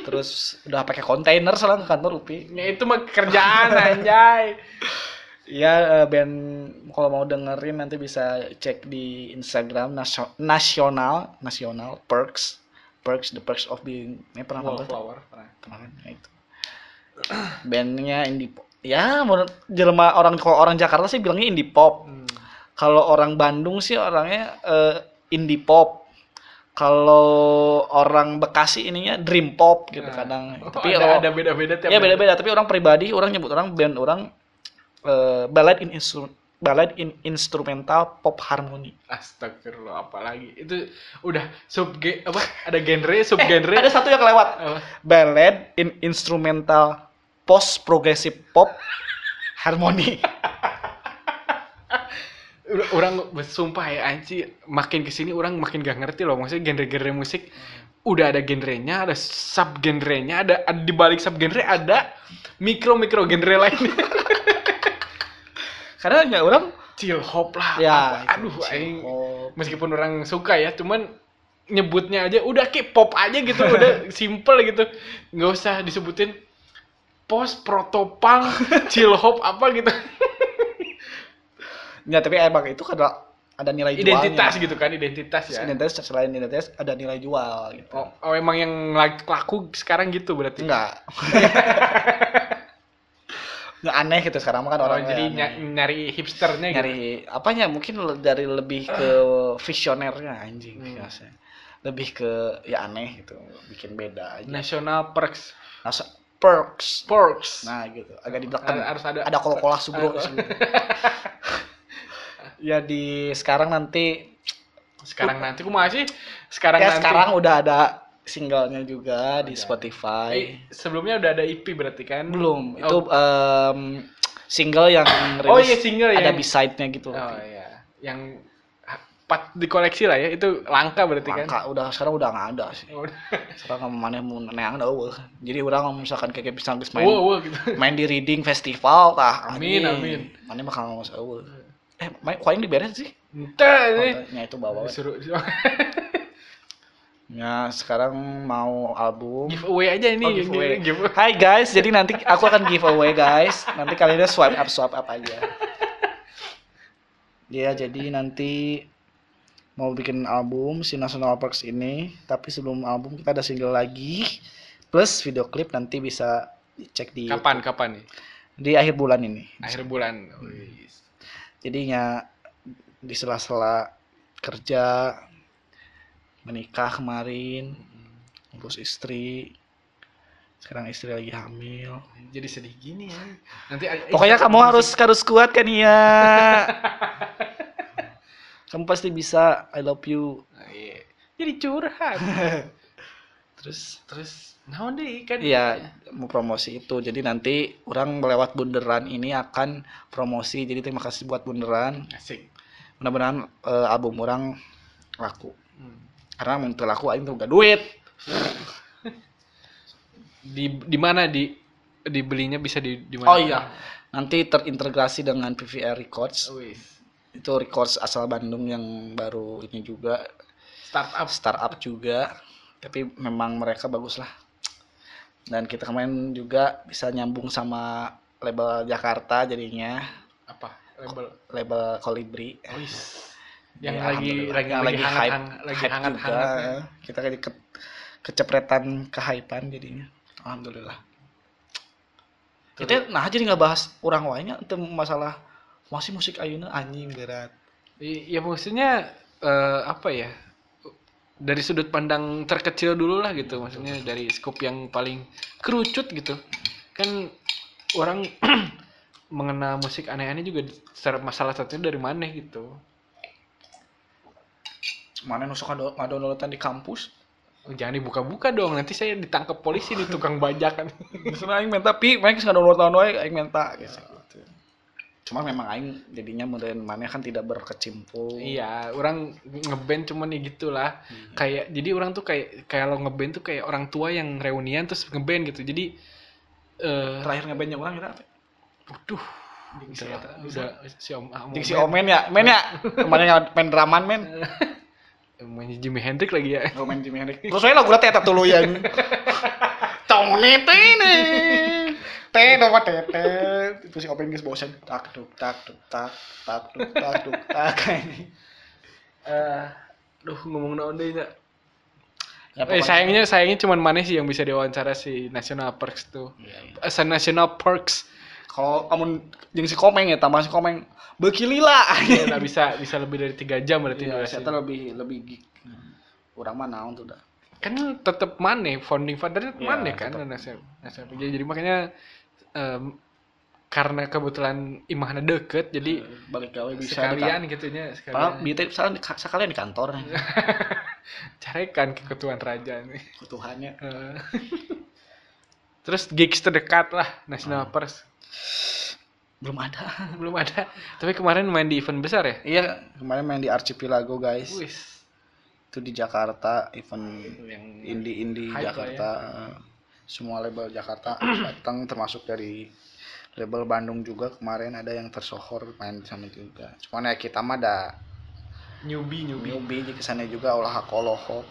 Terus udah pakai kontainer soalnya ke kantor Upi. ya itu mah kerjaan anjay Iya eh, band kalau mau dengerin nanti bisa cek di Instagram nasio- nasional nasional perks perks the perks of being ini pernah nonton Wallflower pernah. pernah kan? Ya, itu bandnya indie pop ya menurut jelema orang kalau orang Jakarta sih bilangnya indie pop Hmm. kalau orang Bandung sih orangnya eh, indie pop kalau orang Bekasi ininya dream pop gitu Nah. kadang Oh, tapi ada, kalau- ada beda-beda tiap ya band. beda-beda tapi orang pribadi orang nyebut orang band orang eh, ballad in instru- ballad in instrumental pop harmony Astagfirullah, apalagi itu udah sub apa ada genre subgenre Eh, ada satu yang kelewat apa? ballad in instrumental post progressive pop harmony Ur- orang sumpah ya anci makin kesini orang makin gak ngerti loh maksudnya genre-genre musik udah ada genrenya ada subgenrenya ada, ada di balik subgenre ada mikro mikro genre lain karena ya orang chill hop lah ya Ah, apa. aduh itu, aing- pop. meskipun orang suka ya cuman nyebutnya aja udah kayak pop aja gitu udah simple gitu nggak usah disebutin post protopang chill hop apa gitu ya tapi emang itu ada ada nilai jualnya. identitas gitu kan identitas ya ya. identitas selain identitas ada nilai jual gitu oh, oh, emang yang lak- laku sekarang gitu berarti enggak nggak aneh gitu sekarang mah kan Oh, orang jadi ny- nyari hipsternya gitu nyari apanya mungkin le- dari lebih ke visionernya anjing Hmm. biasanya. lebih ke ya aneh gitu bikin beda Nah. aja national perks Nasa- perks perks nah gitu agak di belakang Har- harus ada- ada kolokola subro subro. ya di sekarang nanti sekarang nanti aku masih sekarang ya nanti sekarang udah ada singlenya juga di Udah. Spotify Eh, sebelumnya udah ada IP berarti kan belum Oh, itu em, single yang Oh iya, rilis single ada yang- beside-nya gitu. Oh iya. Yang pat di koleksi lah ya, itu langka berarti kan. Oh, Langka, udah sekarang udah nggak ada sih. Sekarang kamu mana mau neang dah eueuh. Jadi orang kalau misalkan kayak bisa geus main Wow, wow gitu. main di reading festival tah. Amin, anjing. amin. Mana bakal ngomong eueuh. Eh, main kuaing diberes sih. Entah ini. Oh, nya itu bawa. Suruh Ya, sekarang mau album. giveaway aja ini. Oh, giveaway. Ini giveaway. Hai guys, jadi nanti aku akan giveaway guys. Nanti kalian udah swipe up swipe up aja. Ya, jadi nanti mau bikin album si National Parks ini, tapi sebelum album kita ada single lagi plus video klip nanti bisa dicek di Kapan kapan nih? di akhir bulan ini. Akhir bulan. Oh, Hmm. iya. Wih. Jadinya di sela-sela kerja menikah kemarin, ngurus istri. Sekarang istri lagi hamil. Jadi sedih gini ya. Nanti ada- Pokoknya eh, kamu harus harus kuat kan iya. kamu pasti bisa. I love you. Ah, iya. Jadi curhat. Terus Terus naon deh kan. Iya, mau promosi itu. Jadi nanti orang melewat bunderan ini akan promosi. Jadi terima kasih buat bunderan. Asik. Mudah-mudahan eh, album orang laku. Hmm. Karena mun teu laku aing tuh gak duit. Di di mana di dibelinya bisa di di mana? Oh iya. Nanti terintegrasi dengan PVR Records. Wih. Itu Records asal Bandung yang baru ini juga Startup. startup juga tapi memang mereka bagus lah dan kita kemarin juga bisa nyambung sama label Jakarta jadinya apa label label Kolibri wis Ya, yang lagi alhamdulillah. lagi Yang lagi hangat hype- hangat lagi kan. hype hangat juga. hangat kita kayak ke, kecepretan kehypean jadinya alhamdulillah kita nah jadi nggak bahas orang lainnya itu masalah masih musik ayuna anjing berat ya maksudnya eh, apa ya dari sudut pandang terkecil dulu lah gitu maksudnya dari scope yang paling kerucut gitu kan orang mengenal musik aneh-aneh juga secara masalah satunya dari mana gitu mana nusuk ada di kampus Oh, jangan dibuka-buka dong nanti saya ditangkap polisi di tukang bajakan Misalnya aing minta pi, mana nggak download tahun wae aing minta gitu. Cuma memang aing jadinya meureun mana kan tidak berkecimpung. Iya, orang ngeband cuman ya gitulah. Kayak jadi orang tuh kayak kayak lo ngeband tuh kayak orang tua yang reunian terus ngeband gitu. Jadi eh Terakhir ngebandnya orang kita gitu, apa? waduh, si udah, Eta, udah si Om ah, Om- Jeung si Omen ya, men ya. Kemarin yang main draman men. Mainnya Jimi Hendrix lagi ya. Oh main Jimi Hendrix. Terus saya lagu teh eta tuluyan. Tone tene. Teh dawa tete. Itu si Omen geus bosan. Tak duk tak duk tak tak duk tak duk tak. Eh, duh ngomong naon deui nya. Ya, eh pokoknya- sayangnya sayangnya cuman Maneh sih yang bisa diwawancara si National Parks tuh. Iya, iya. Eh, si National Parks kalau kamu jeung si Komeng ya tambah si Komeng beuki lila. ya, nggak bisa bisa lebih dari tiga jam berarti Iya, durasi. saya tuh lebih lebih geek. Orang mah naon tuh dah. kan tetap Mane founding fathernya Iya, Mane kan tetep. Nasir Nasir Jadi, jadi makanya em, karena kebetulan imahna deket jadi Balik gawe bisa sekalian gitunya di kan- sekalian Pak, di teh sekalian, sekalian di kantor carikan keketuan raja nih Ketuhannya. Eh. terus gigs terdekat lah National Pers Belum ada. belum ada tapi kemarin main di event besar ya Iya, kemarin main di Archipelago guys. wis Itu di Jakarta, event yang indie-indie Hype lah ya. Jakarta. Semua label Jakarta datang termasuk dari label Bandung juga kemarin ada yang tersohor main di sana juga. Cuman ya kita mah ada newbie newbie newbie di kesana juga olah akoloho.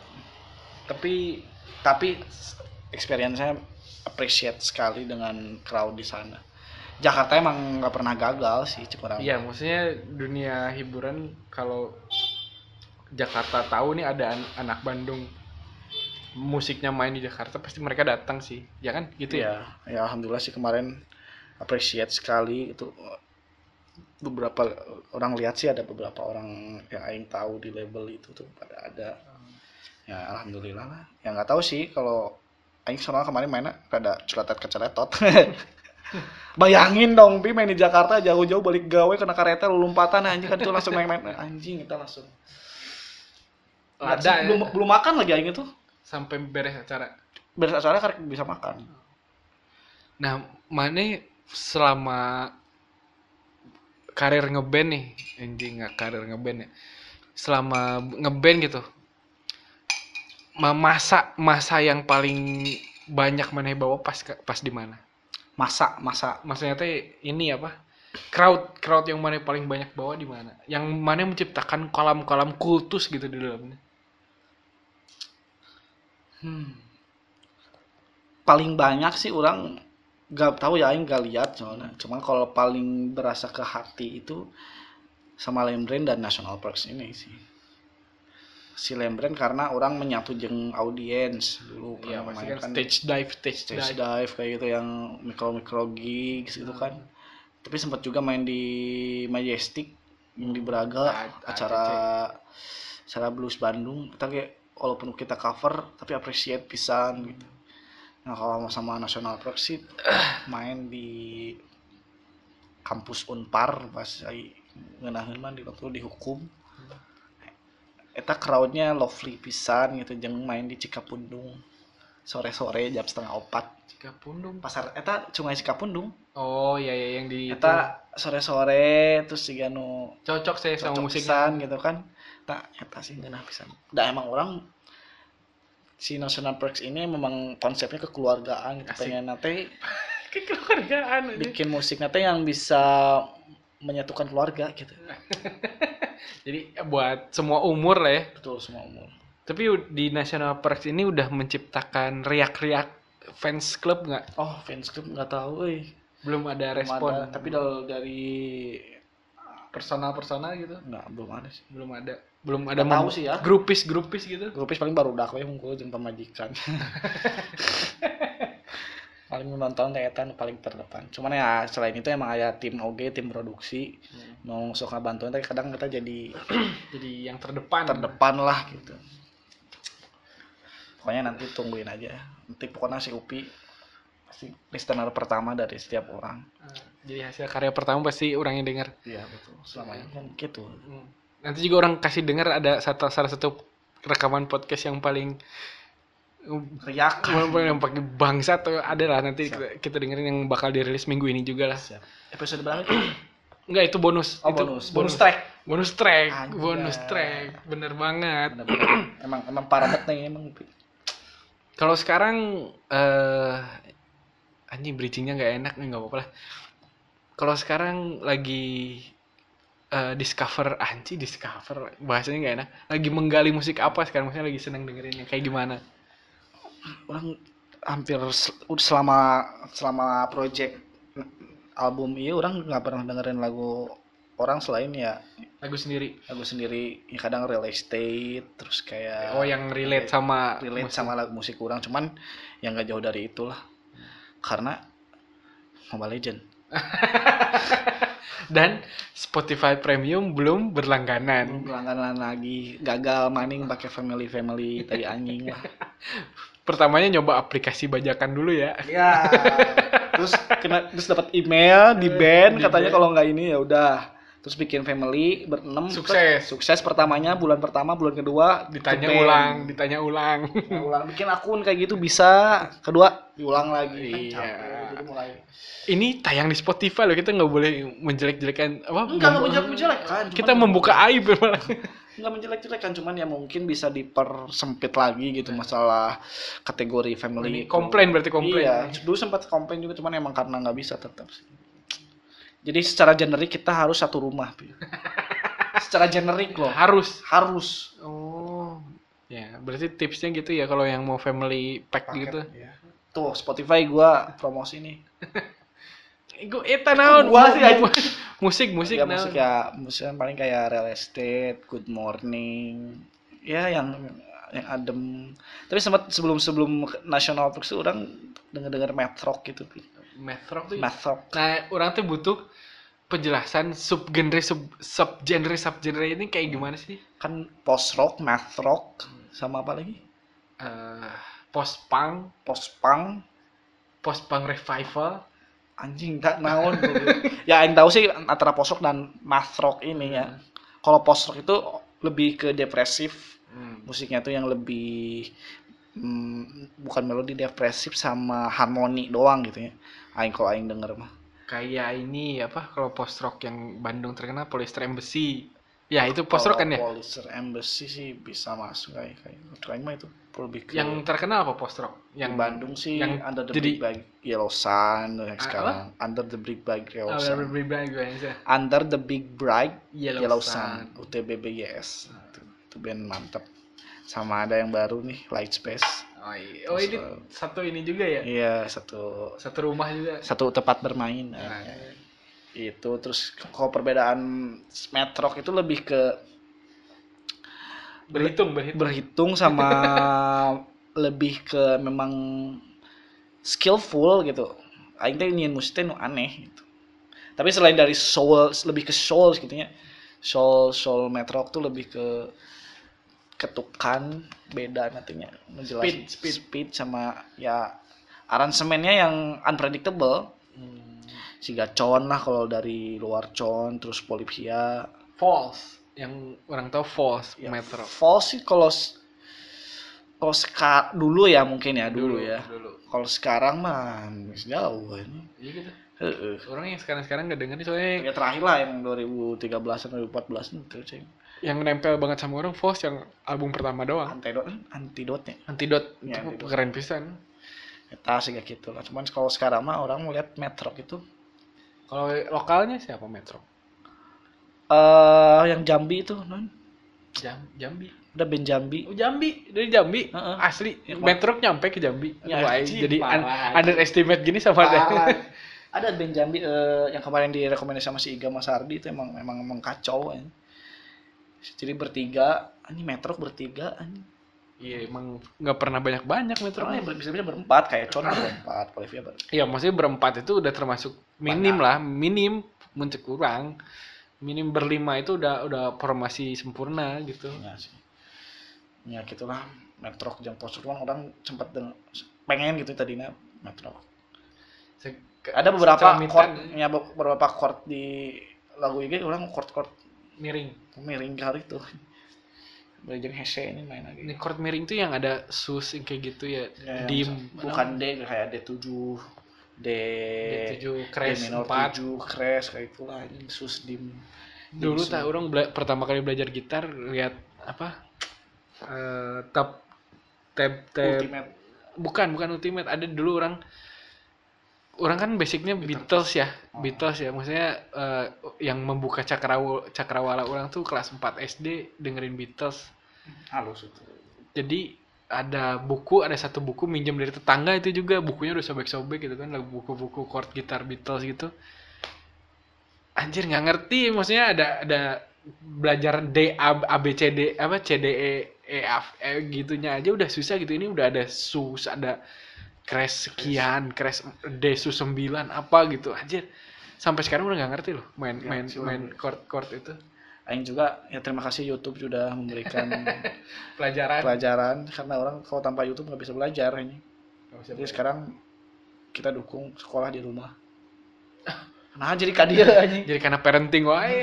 tapi tapi s- experience saya appreciate sekali dengan crowd di sana. Jakarta emang nggak pernah gagal sih kurang. Iya, maksudnya dunia hiburan kalau Jakarta tahu nih ada an- anak Bandung musiknya main di Jakarta pasti mereka datang sih, ya kan? Gitu ya. ya. Ya alhamdulillah sih kemarin appreciate sekali itu eh, beberapa orang lihat sih ada beberapa orang yang aing tahu di label itu tuh pada ada. Ya alhamdulillah lah. Ya nggak tahu sih kalau aing soalnya kemarin mainnya rada celetet keceletot. Bayangin dong, Pi main di Jakarta jauh-jauh balik gawe kena kareta lu lompatan anjing kan itu langsung main-main anjing kita langsung Ada ya. belum, belum makan lagi aing itu. kan sampai beres acara. Beres acara karek bisa makan. Nah, mana selama karir ngeband nih anjing nggak karir ngeband ya selama ngeband gitu ma- masa masa yang paling banyak maneh bawa pas ke- pas di mana masa masa maksudnya teh ini apa crowd crowd yang mana paling banyak bawa di mana yang mana menciptakan kolam-kolam kultus gitu di dalamnya hmm. paling banyak sih orang gak tahu ya aing gak lihat soalnya cuma kalau paling berasa ke hati itu sama Lembrand dan National Parks ini sih si Lembrand karena orang menyatu jeung audiens dulu Iya, pernah pasti main kan stage dive, stage, stage dive. Hmm. dive kayak gitu yang mikro mikro gigs gitu kan tapi sempat juga main di Majestic yang di Braga A- acara acara blues Bandung kita kayak walaupun kita cover tapi appreciate pisan gitu nah kalau sama National Park sih main di kampus Unpar pas ai ngeunaheun mah di waktu dihukum eta crowdnya lovely pisan gitu jeung main di Cikapundung sore-sore jam setengah opat Jika pundung. pasar eta sungai Cikapundung Oh iya iya yang di kita sore-sore terus juga nu itu. cocok saya sama cocok musik. pisan gitu kan tak eta sih ngeunah pisan da emang orang si National Parks ini memang konsepnya kekeluargaan gitu. Asik. pengen nanti Kekeluargaan ini. bikin musik nanti yang bisa menyatukan keluarga gitu Jadi ya buat semua umur lah ya. betul semua umur Tapi u- di National Parks ini udah menciptakan riak-riak fans club nggak? oh fans club nggak tahu eh Belum ada Belum respon. ada, tapi dal- dari personal-personal gitu. nggak belum ada sih Belum ada. Belum ada nggak tahu sih ya grupis-grupis gitu. grupis paling baru dak we hungkul jeung pamajikan paling nonton teh eta nu paling terdepan cuman ya selain itu emang ada tim OG tim produksi mau sok ngabantuin tapi kadang kita jadi Jadi yang terdepan. terdepan lah gitu pokoknya nanti tungguin aja nanti pokoknya si Upi pasti listener pertama dari setiap orang Eh, Jadi hasil karya pertama pasti orang yang dengar. iya betul selama ini kan gitu Hmm. Nanti juga orang kasih dengar ada satu, salah satu rekaman podcast yang paling riak yang pakai bangsa atau ada lah nanti kita, kita dengerin yang bakal dirilis minggu ini juga lah. Siap. episode berapa itu? Enggak itu bonus. oh itu bonus bonus track Bonus track. Anjay. Bonus track. Bener banget. Bener-bener. emang emang parah banget nih emang Upi. Kalau sekarang eh anjing bridgingnya nggak enak nih nggak apa-apa lah. Kalau sekarang lagi eh, discover anjing discover bahasanya nggak enak. Lagi menggali musik apa sekarang maksudnya lagi seneng dengerin yang kayak gimana? orang hampir sel- selama selama project album ini orang nggak pernah dengerin lagu orang selain ya Lagu sendiri. lagu sendiri ya kadang real estate terus kayak Oh yang relate sama Ya, relate musik. sama lagu musik kurang cuman yang nggak jauh dari itulah karena Mobile Legend dan Spotify Premium belum berlangganan. langganan lagi gagal maning pakai family family tadi anjing lah Pertamanya nyoba aplikasi bajakan dulu ya. ya terus kena terus dapat email di Di band katanya ban. kalau nggak ini ya udah terus bikin family berenam Sukses. sukses pertamanya bulan pertama bulan kedua Ditanya ke band. ulang, ditanya ulang. Nah, ulang bikin akun kayak gitu bisa kedua diulang lagi Iya. Kan capek, jadi mulai Ini tayang di Spotify loh, kita nggak boleh menjelek-jelekan apa? enggak membu- nggak menjelek menjelekkan Kita membuka aib malah. nggak menjelek jelekan cuman ya mungkin bisa dipersempit lagi gitu masalah kategori family Iya. Ini itu. komplain berarti komplain. ya. Iya, dulu sempat komplain juga cuman emang karena nggak bisa tetap sih. Jadi secara generik kita harus satu rumah. Pi. secara generik loh, Oh, Harus. harus. Oh. Ya, berarti tipsnya gitu ya kalau yang mau family pack gitu. Iya. Tuh Spotify gua promosi nih. Gue eta naon? Gua sih, anjing. musik musik nah. ya naon. musik ya musik kan paling kayak real estate, good morning, ya yang yang adem. Tapi sempat sebelum sebelum nasional Park tuh orang denger denger math rock gitu, Pi. Math rock tuh math rock. Nah, orang tuh butuh penjelasan subgenre sub subgenre subgenre ini kayak gimana sih? Kan post rock, math rock, sama apa lagi? Eh, post punk, Post punk, post punk revival. anjing tak naon tuh. ya yang tahu sih antara post rock dan math rock ini ya kalau post rock itu lebih ke depresif musiknya tuh yang lebih mm, bukan melodi depresif sama harmoni doang gitu ya aing kalau aing denger mah kayak ini apa kalau post rock yang Bandung terkenal Polyester Embassy ya Oh, itu post rock kan ya Polyester Embassy sih bisa masuk kayak kayak kayaknya mah itu lebih ke yang terkenal apa post rock di yang Bandung sih yang Under the jadi- Big by Yellow Sun yang Ah, sekarang Under the Big by Oh, Yellow Sun Blackberry Brand gue aja. Under the Big Bright Yellow, Yellow Sun. Sun, UTBBYS itu, itu band mantep sama ada yang baru nih Light Space Oh, iya. oh ini Terus, satu ini juga ya iya satu satu rumah juga satu tempat bermain Nah, eh. itu terus kalau perbedaan metrok itu lebih ke berhitung berhitung berhitung sama lebih ke memang skillful gitu. Aing teh nyian musiknya nu aneh gitu. Tapi selain dari soul lebih ke soul gitu ya. Soul soul metrok tuh lebih ke ketukan beda nantinya menjelaskan Speed, speed. sama ya aransemennya yang unpredictable Hmm. si gacon lah kalau dari luar con terus polipsia false yang orang tahu false Ya, metro False sih kalau s- kalau seka- dulu ya mungkin ya dulu, ya. dulu Kalau sekarang mah masih jauh ini. iya gitu Heeh. orang yang sekarang sekarang nggak dengerin soalnya Ya terakhir lah yang 2013 an 2014 an itu ceng. yang nempel banget sama orang false yang album pertama doang Antidot antidotnya. antidot Iya, itu Antidot. keren pisan Eta sih kayak gitu lah. Cuman kalau sekarang mah orang gitu. melihat metrok itu kalau lokalnya siapa metro eh yang Jambi itu, non. Jam, Jambi Ada band Jambi. Oh, Jambi dari Jambi Heeh. asli Ya, Pak. metro nyampe ke Jambi Ya, Wah, anjing, jadi un- parah. underestimate gini sama ada Parah. ada band Jambi eh, yang kemarin direkomendasi sama si Iga Mas Ardi itu emang emang emang kacau ya. Jadi bertiga, ini metrok bertiga, ini iya emang nggak pernah banyak banyak metro Terus bisa bisa berempat kayak Con berempat, Olivia berempat. Iya, maksudnya berempat itu udah termasuk minim lah, Banyak. minim, muncul kurang. Minim berlima itu udah udah formasi sempurna gitu. Ya sih. Ya gitulah. Metrok jam postur kan orang sempat deng- pengen gitu tadinya Metrok. Se- ke- Ada beberapa seceramitan chord, ya be- beberapa chord di lagu IG orang chord-chord miring. miring kali itu. Belajar hese ini main lagi. Ini chord miring tuh yang ada sus yang kayak gitu ya, Ya, yang dim, bisa- bukan D kayak D7 D D7 D crash minor 4. 7 crash kayak itulah ini sus dim Dulu Dim tak sus. orang bela- pertama kali belajar gitar lihat apa? eh tab tab tab ultimate bukan bukan ultimate ada dulu orang orang kan basicnya Beatles ya Oh. Beatles ya maksudnya eh, yang membuka cakrawala cakrawala orang tuh kelas 4 SD dengerin Beatles halus itu jadi ada buku ada satu buku minjem dari tetangga itu juga bukunya udah sobek-sobek gitu kan lagu buku-buku chord gitar Beatles gitu anjir nggak ngerti maksudnya ada ada belajar D A A, B C D apa C D E E F E gitunya aja udah susah gitu ini udah ada sus ada crash sekian crash D sus 9 apa gitu anjir sampai sekarang udah nggak ngerti loh main Nggak main sih, main orang. chord chord itu Aing juga ya terima kasih YouTube sudah memberikan pelajaran pelajaran karena orang kalau tanpa YouTube nggak bisa belajar ini. Jadi sekarang kita dukung sekolah di rumah. Nah jadi kadia anjing. jadi karena parenting eh, wae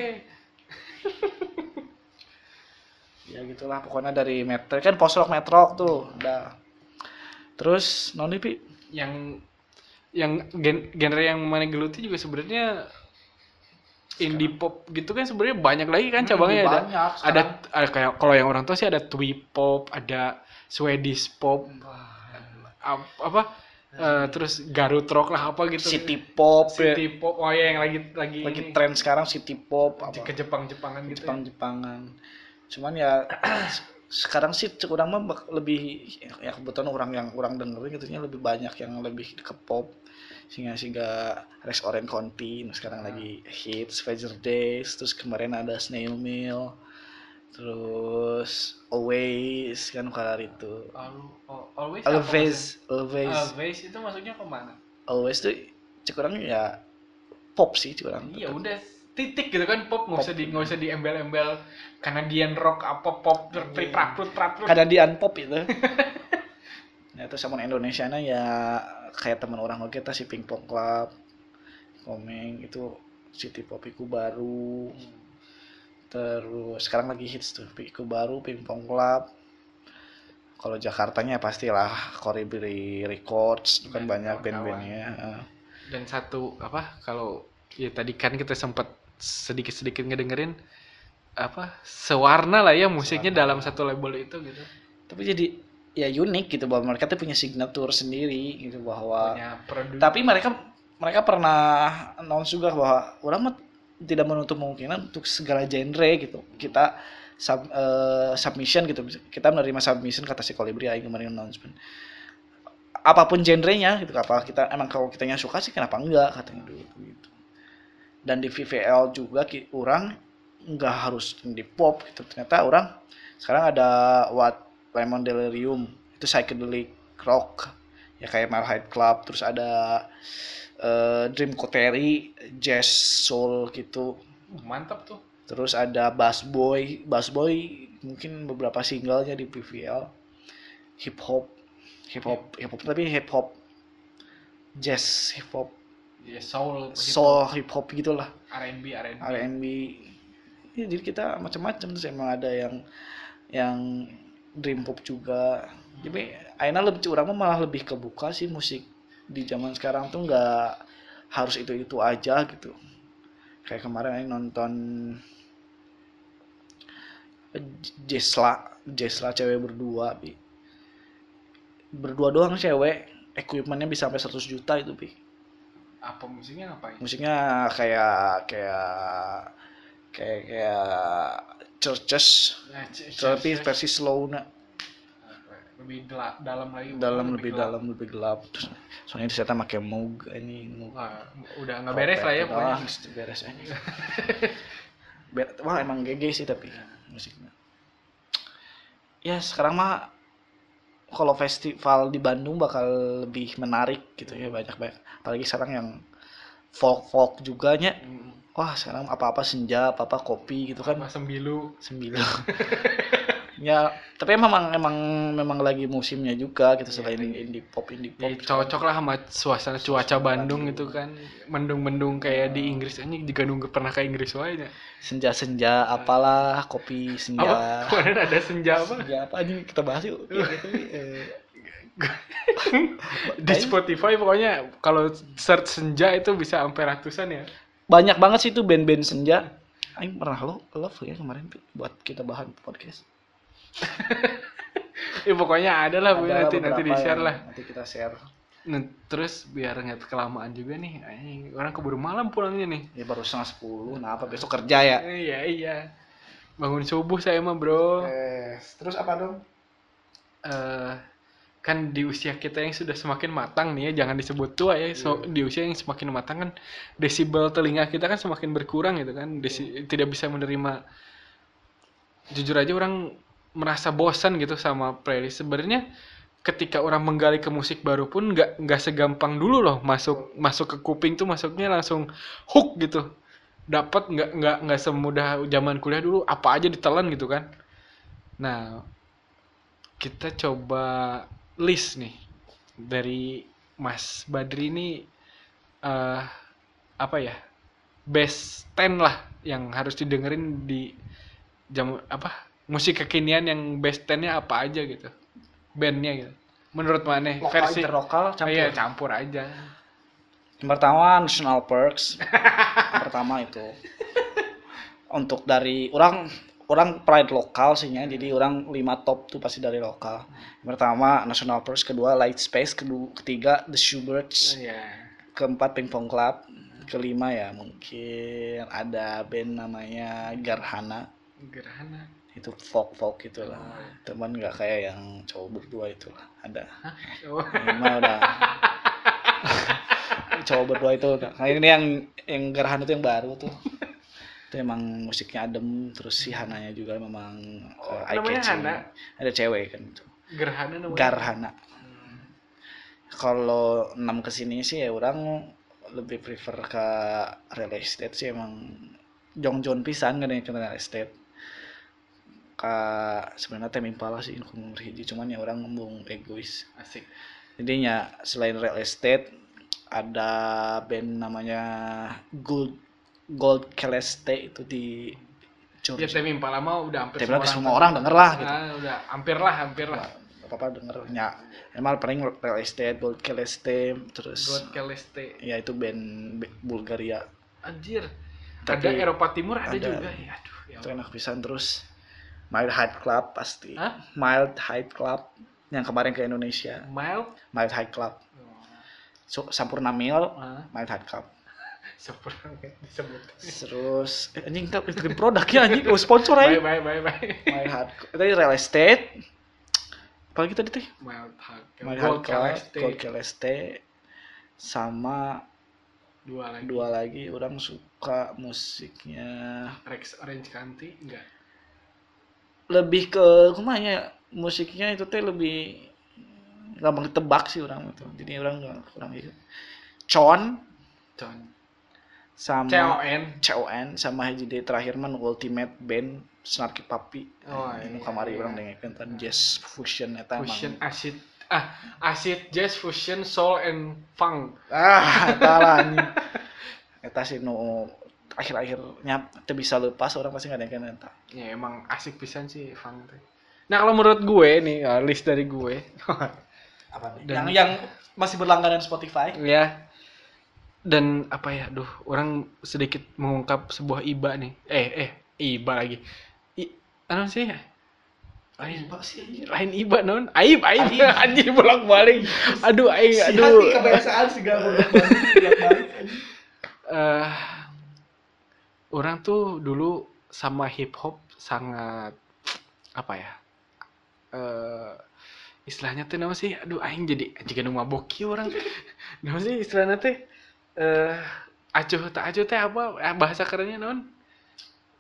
Ya gitulah pokoknya dari metrok kan post rock metrok tuh udah. Terus non nih, Pi? yang yang gen- genre yang mana geluti juga sebenarnya indie pop gitu kan sebenarnya banyak lagi kan Hmm, cabangnya lebih ada banyak sekarang. ada ada kayak kalau yang orang tahu sih ada twee pop ada Swedish pop ap- apa eh, terus Garut rock lah apa gitu Hmm. city pop ya. City pop oh ya yang lagi lagi, lagi ini, tren sekarang city pop apa ke Jepang Jepangan gitu Jepang Jepangan. Cuman ya se- sekarang sih cek orang mah bak- lebih ya kebetulan orang yang orang dengerin gitunya lebih banyak yang lebih ke pop sehingga sehingga Rex Orange County nah sekarang lagi hits Fajar Days terus kemarin ada Snail Mail terus Always kan kalar itu always Always Always always itu maksudnya kemana Always tuh cek orang ya pop sih cek orang Iya udah titik gitu kan pop nggak Pop. usah di nggak usah diembel-embel Canadian rock apa pop Iya. pri praprut praprut kadang di unpop itu nah terus sama Indonesia nya ya kayak teman orang oke kita si Pink Pop Club Komeng itu City Pop Iku baru terus sekarang lagi hits tuh Iku baru Pink Pop Club kalau Jakartanya pastilah Koribiri Records itu kan Dan banyak kawan-kawan. band-bandnya eh. dan satu apa kalau ya tadi kan kita sempat sedikit-sedikit ngedengerin apa sewarna lah ya musiknya Sewarna. dalam satu label itu gitu tapi jadi ya unik gitu bahwa mereka tuh punya signature sendiri gitu bahwa punya produk tapi mereka mereka pernah announce juga bahwa orang mah tidak menutup kemungkinan untuk segala genre gitu kita sub, eh, submission gitu kita menerima submission kata si Kolibri aing kemarin announcement apapun genrenya gitu apa kita emang kalau kitanya suka sih kenapa enggak katanya dulu gitu dan di VVL juga ki, orang nggak harus di pop gitu ternyata orang sekarang ada What Lemon Delirium itu psychedelic rock ya kayak Malahide Club terus ada eh, Dream Coterie jazz soul gitu Uh, mantap tuh terus ada Bass Boy Bass Boy mungkin beberapa singlenya di PVL hip hop hip hop hip hop tapi hip hop jazz hip hop ya soul soul hip hop gitulah R&B R&B R&B Ya, jadi kita macam-macam terus emang ada yang yang dream pop juga jadi Aina lebih orang mah malah lebih kebuka sih musik di zaman sekarang tuh nggak harus itu itu aja gitu kayak kemarin Aina nonton Jesla Jesla cewek berdua Bi. berdua doang cewek equipmentnya bisa sampai 100 juta itu Bi apa musiknya ngapain musiknya kayak kayak kayak kayak churches Nah, c- c- tapi c- ah, versi slow na- lebih dela- dalam lagi dalam lebih gelap. dalam lebih gelap Terus, soalnya saya pakai moog ini moog Wah, udah nggak beres lah ya pokoknya Ah, mesti beres aja Ber- wah emang gege sih tapi musiknya ya sekarang mah kalau festival di Bandung bakal lebih menarik gitu ya banyak banyak apalagi sekarang yang folk folk juga nya Mm, wah sekarang apa-apa senja, apa-apa kopi gitu kan sama sembilu sembilan. ya, tapi emang emang memang lagi musimnya juga gitu Iya, selain lagi. indie pop indie pop. Ya, cocok lah sama suasana cuaca Bandung itu kan mendung-mendung kayak di Inggris aja juga nunggu pernah ke Inggris wae nya. Senja-senja apalah, Iya. kopi Apa? senja. Kemarin ada senja apa? Senja apa anjing kita bahas yuk. Ya, gitu, eh, Di Spotify pokoknya kalau search senja itu bisa sampai ratusan ya. Banyak banget sih itu band-band senja. Aing pernah lo love ya kemarin Pi, buat kita bahan podcast. Ya pokoknya ada lah Bu, Ada nanti nanti beberapa di share yang lah. Nanti kita share. Nah, terus biar nggak kelamaan juga nih. anjing, Orang keburu malam pulangnya nih. Ya baru setengah sepuluh, nah apa besok kerja ya? Iya iya. Bangun subuh saya mah bro. Eh, terus apa dong? eh kan di usia kita yang sudah semakin matang nih ya jangan disebut tua ya so, di usia yang semakin matang kan desibel telinga kita kan semakin berkurang gitu kan Desi- tidak bisa menerima jujur aja orang merasa bosan gitu sama playlist sebenarnya ketika orang menggali ke musik baru pun nggak nggak segampang dulu loh masuk masuk ke kuping tuh masuknya langsung hook gitu dapat nggak nggak nggak semudah zaman kuliah dulu apa aja ditelan gitu kan nah kita coba list nih dari Mas Badri ini eh apa ya best 10 lah yang harus didengerin di jam apa musik kekinian yang best 10-nya apa aja gitu bandnya gitu menurut mana Lokal versi interlokal campur. campur. iya campur aja Yang pertama national perks. Yang pertama itu untuk dari orang orang pride lokal sih ya. Jadi orang lima top tuh pasti dari lokal. Yang pertama national perks, kedua light space, kedua ketiga the Shoebirds, iya keempat ping pong club, kelima ya mungkin ada band namanya Garhana gerhana itu folk folk gitulah teman nggak kayak yang cowok berdua itulah ada oh, Minimal udah. Cowok berdua itu. udah. Nah, ini yang yang gerahan itu yang baru tuh. Itu emang musiknya adem, terus si Hananya juga memang Oh, eye namanya catching. Hana? Ada cewek kan itu. gerhana namanya Garhana. Hmm. Kalau enam kesini sih ya orang lebih prefer ke real estate sih emang jongjon pisan kan yang ke real estate ke sebenarnya tim impala sih ngomong hiji cuman ya orang ngomong egois asik jadinya ya, selain real estate ada band namanya Gold Gold Celeste itu di ya Georgia. tapi Impala mah udah hampir kan? Tapi nanti semua orang denger lah gitu. Ah, udah hampir lah hampir lah papa denger ya emang paling real estate gold keleste terus God Keleste. ya itu band B- Bulgaria Anjir. ada Tapi- Eropa Timur ada, ada. juga. Ya, aduh, ya itu enak pisan terus Mild High Club pasti Hah? Mild High Club yang kemarin ke Indonesia ampun. Mild. Mild High Club so, Sampurna Mil Ah, Mild High Club seperti disebut. terus eh, anjing tak bikin produknya anjing oh, sponsor Bye aja bye bye bye. Mild High Club eh, tadi real estate apalagi tadi teh Mild Hug. Mild High Gold Club Keleste. Gold Keleste sama Dua lagi. dua lagi orang suka musiknya Rex Orange County enggak. lebih ke kumanya musiknya itu teh lebih gampang ditebak sih orang itu jadi orang nggak kurang gitu con Con. sama CON. con sama hiji deui terakhir man ultimate band snarky papi Oh, Nah, ini iya, kamari iya. orang dengerin kan jazz fusion eta emang Fusion acid ah acid jazz fusion soul and funk. ah eta lah anjing. eta sih nu akhir-akhirnya teu bisa lepas orang pasti nggak dengerin eta Ya emang asik pisan sih funk teh. Nah kalau menurut gue nih uh, list dari gue apa Dan- yang yang masih berlangganan Spotify ya dan apa ya, duh orang sedikit mengungkap sebuah iba nih. Eh eh iba lagi. I, apa sih? Lain, Apa sih anjing? lain iba non. Aib aib Aib. anjir bolak balik. Aduh aing Si aduh. hati kebiasaan sih gak boleh eh orang tuh dulu sama hip hop sangat apa ya eh istilahnya tuh nama sih aduh aing jadi jika nu mabok kieu orang nama sih istilahnya teh eh acuh tak acuh teh apa Eh, bahasa kerennya non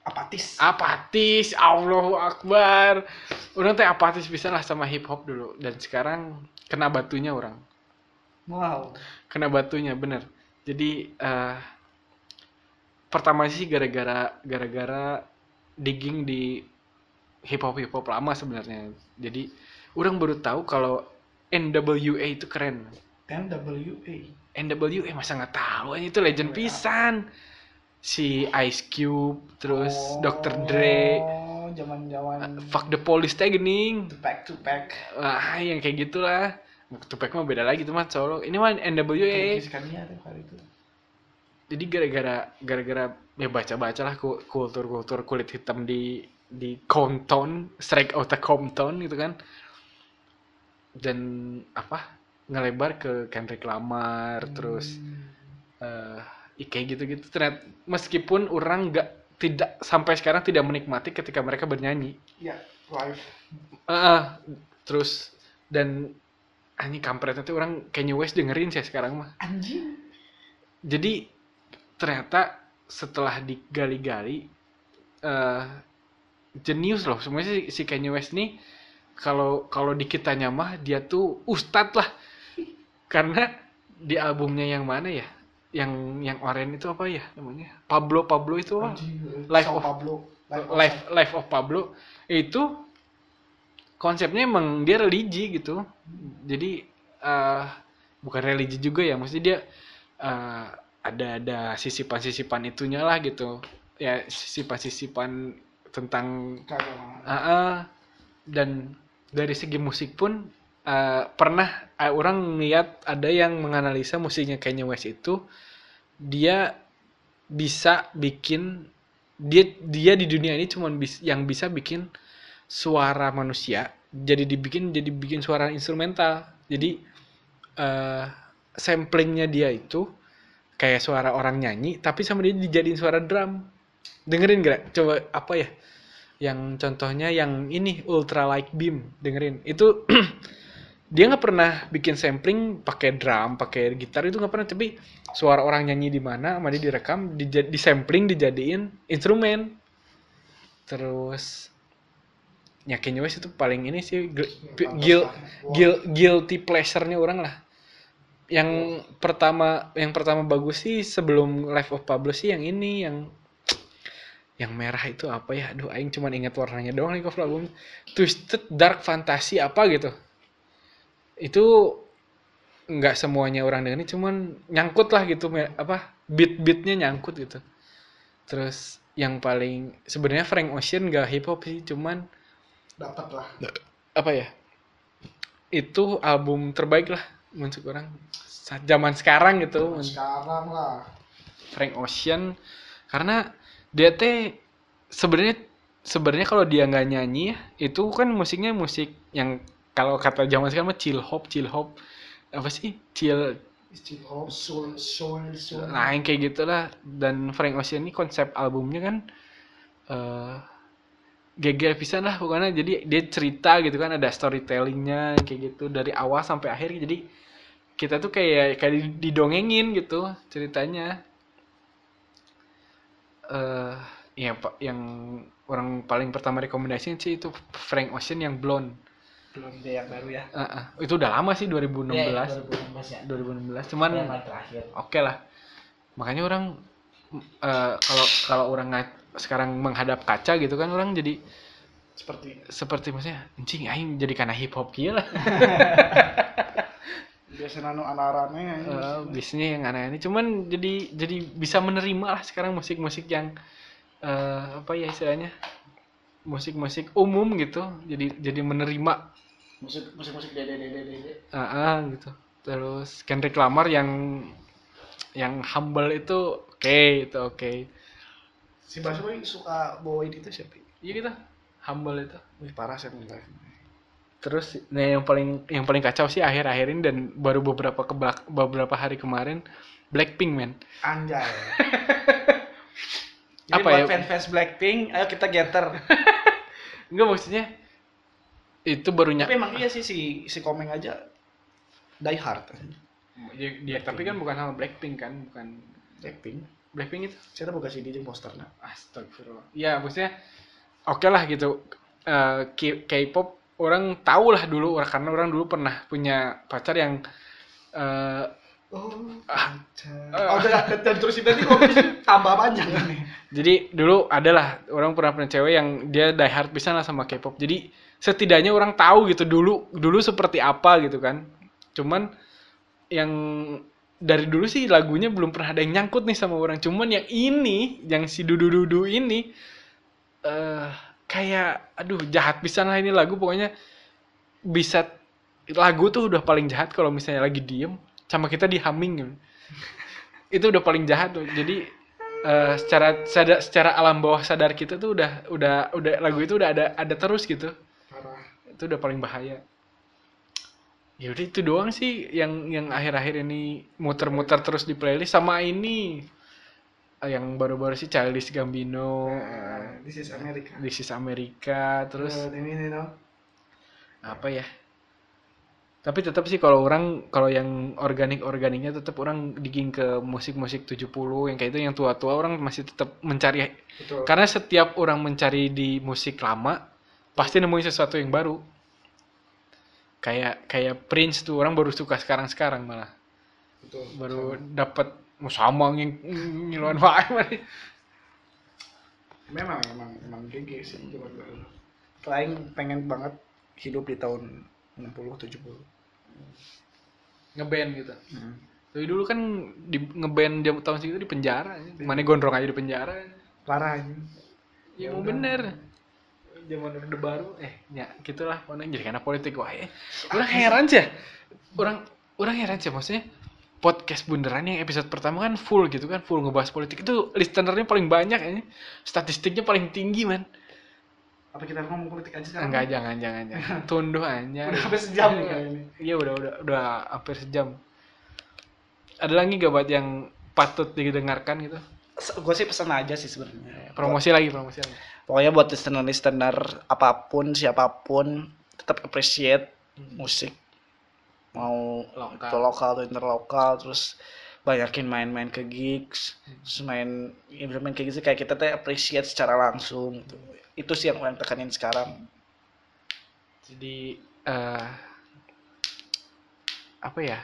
apatis apatis Allahu Akbar orang teh apatis bisa lah sama hip hop dulu dan sekarang kena batunya orang wow kena batunya bener jadi eh pertama sih gara-gara gara-gara digging di hip hop hip hop lama sebenarnya jadi orang baru tahu kalau NWA itu keren MWA NWA masa nggak tahu anjing, itu legend Wah. pisan si Ice Cube terus Oh, Dr Dre zaman zaman fuck the police teh gening pack to pack ah yang kayak gitulah Tupac mah beda lagi tuh mah solo ini mah NWA Kirgiskannya tuh hari itu jadi gara-gara gara-gara ya baca-bacalah ku- kultur-kultur kulit hitam di di Compton, strike out of Compton gitu kan. Dan apa? ngelebar ke Kendrick Lamar Hmm. terus eh ya kayak gitu-gitu ternyata meskipun orang nggak tidak sampai sekarang tidak menikmati ketika mereka bernyanyi ya live Ah, ah. terus dan anjing kampretnya tuh orang Kanye West dengerin sih sekarang mah anjing jadi ternyata setelah digali-gali eh jenius loh semuanya si, si Kanye West nih kalau kalau di kitanya mah dia tuh ustad lah karena di albumnya yang mana ya yang yang oranye itu apa ya namanya Pablo Pablo itu apa Live eh, Sao of- Pablo Life Life of Pablo itu konsepnya emang dia religi gitu. Jadi eh bukan religi juga ya, maksudnya dia eh, ada ada sisipan-sisipan itunya lah gitu. Ya sisipan-sisipan tentang Kagak. Ah, ah. dan dari segi musik pun eh, pernah eh, orang lihat ada yang menganalisa musiknya Kanye West itu dia bisa bikin dia dia di dunia ini cuman bis- yang bisa bikin suara manusia jadi dibikin jadi bikin suara instrumental jadi eh, samplingnya dia itu kayak suara orang nyanyi tapi sama dia dijadiin suara drum dengerin gak coba apa ya yang contohnya yang ini ultra light beam dengerin itu dia nggak pernah bikin sampling pakai drum pakai gitar itu nggak pernah tapi suara orang nyanyi di mana sama dia direkam di, di sampling dijadiin instrumen terus ya Kanye West itu paling ini sih gl- pi- gil, gil- guilty pleasure-nya orang lah yang pertama yang pertama bagus sih sebelum Life of Pablo sih yang ini yang yang merah itu apa ya aduh aing cuman ingat warnanya doang nih cover album Twisted Dark Fantasy apa gitu itu nggak semuanya orang dengerin cuman nyangkut lah gitu me- apa beat beatnya nyangkut gitu terus yang paling sebenarnya Frank Ocean gak hip hop sih cuman dapat lah apa ya itu album terbaik lah menurut orang saat zaman sekarang gitu men- sekarang lah Frank Ocean karena dia teh sebenarnya sebenarnya kalau dia nggak nyanyi ya, itu kan musiknya musik yang kalau kata zaman sekarang mah chill hop chill hop apa sih chill istilah soul soul soul nah yang kayak gitulah dan Frank Ocean ini konsep albumnya kan eh geger pisan lah pokoknya jadi dia cerita gitu kan ada storytellingnya kayak gitu dari awal sampai akhir jadi kita tuh kayak kayak didongengin gitu ceritanya eh ya pa- yang orang paling pertama rekomendasiin sih itu Frank Ocean yang Blonde belum dia yang baru ya Eh, eh, itu udah lama sih 2016 2016 ya 2016 cuman yang paling terakhir oke lah makanya orang eh, kalau kalau orang ngat- sekarang menghadap kaca gitu kan orang jadi seperti seperti maksudnya anjing aing jadi karena hip hop kieu lah biasanya anu anarane Eh, biasanya yang aneh ini cuman jadi jadi bisa menerima lah sekarang musik-musik yang eh, apa ya istilahnya musik-musik umum gitu jadi jadi menerima musik musik musik dede dede dede ah, ah, gitu terus Kendrick Lamar yang yang humble itu oke itu oke si Basri suka bawain itu siapa iya gitu humble itu wih parah sih enggak terus nah yang paling yang paling kacau sih akhir-akhir ini dan baru beberapa kebelak- beberapa hari kemarin Blackpink men anjay Apa buat ya? fans-fans Blackpink, ayo kita getter. enggak maksudnya itu barunya Tapi emang iya sih si si Komeng aja die hard. kan? dia, dia- tapi kan bukan hal Blackpink kan bukan Blackpink. Blackpink itu Saya tuh buka CD jeung posternya. astagfirullah ya maksudnya oke lah gitu Eh, K- K-pop orang tahu lah dulu orang- karena orang dulu pernah punya pacar yang eh, oh ah, Oh, udah, dan, dan terus itu nanti ngomongnya tambah panjang nih. Jadi dulu adalah orang pernah punya cewek yang dia die hard pisan lah sama K-pop. Jadi setidaknya orang tahu gitu dulu dulu seperti apa gitu kan. Cuman yang dari dulu sih lagunya belum pernah ada yang nyangkut nih sama orang. Cuman yang ini, yang si Dudu Dudu ini eh kayak aduh jahat pisan lah ini lagu pokoknya bisa lagu tuh udah paling jahat kalau misalnya lagi diem sama kita di humming itu udah paling jahat tuh jadi eh, secara sada- secara alam bawah sadar kita tuh udah udah udah lagu itu udah ada ada terus gitu Parah. itu udah paling bahaya ya udah itu doang sih yang yang akhir-akhir ini muter-muter terus di playlist sama ini eh, yang baru-baru sih Childish Gambino eh, This is America. This is America terus Eh, ini nih, no. apa ya tapi tetap sih kalau orang kalau yang organik organiknya tetap orang digging ke musik-musik 70 yang kayak itu yang tua-tua orang masih tetap mencari Betul. karena setiap orang mencari di musik lama pasti nemuin sesuatu yang baru kayak kayak Prince tuh orang baru suka sekarang-sekarang malah Betul. baru dapat oh, sama yang ngiluan wae. Memang, memang, memang gigi sih. Coba dulu. Paling pengen banget hidup di tahun 60 70. ngeband gitu Hmm. tapi dulu kan di ngeband jam tahun segitu di penjara mana gondrong aja di penjara Parah ini. Ya mau bener. Zaman Orde Baru eh ya gitulah orang jadi karena politik wah eh. Orang heran sih. ya. Orang orang heran sih maksudnya podcast bunderan yang episode pertama kan full gitu kan full ngebahas politik itu listenernya paling banyak ini statistiknya paling tinggi man Apa kita ngomong politik aja sekarang? enggak jangan jangan jangan tunduh aja Nah. Udah hampir sejam nih kayaknya. nih. iya udah udah udah hampir sejam ada lagi gak buat yang patut didengarkan gitu Gue sih pesan aja sih sebenarnya. Ya, promosi lagi promosi lagi Pokoknya buat listener listener apapun siapapun tetap appreciate musik mau Lokal. itu lokal atau interlokal terus banyakin main-main ke gigs terus main ya bener main ke gigs kayak kita teh appreciate secara langsung gitu. itu sih yang orang tekanin sekarang jadi eh apa ya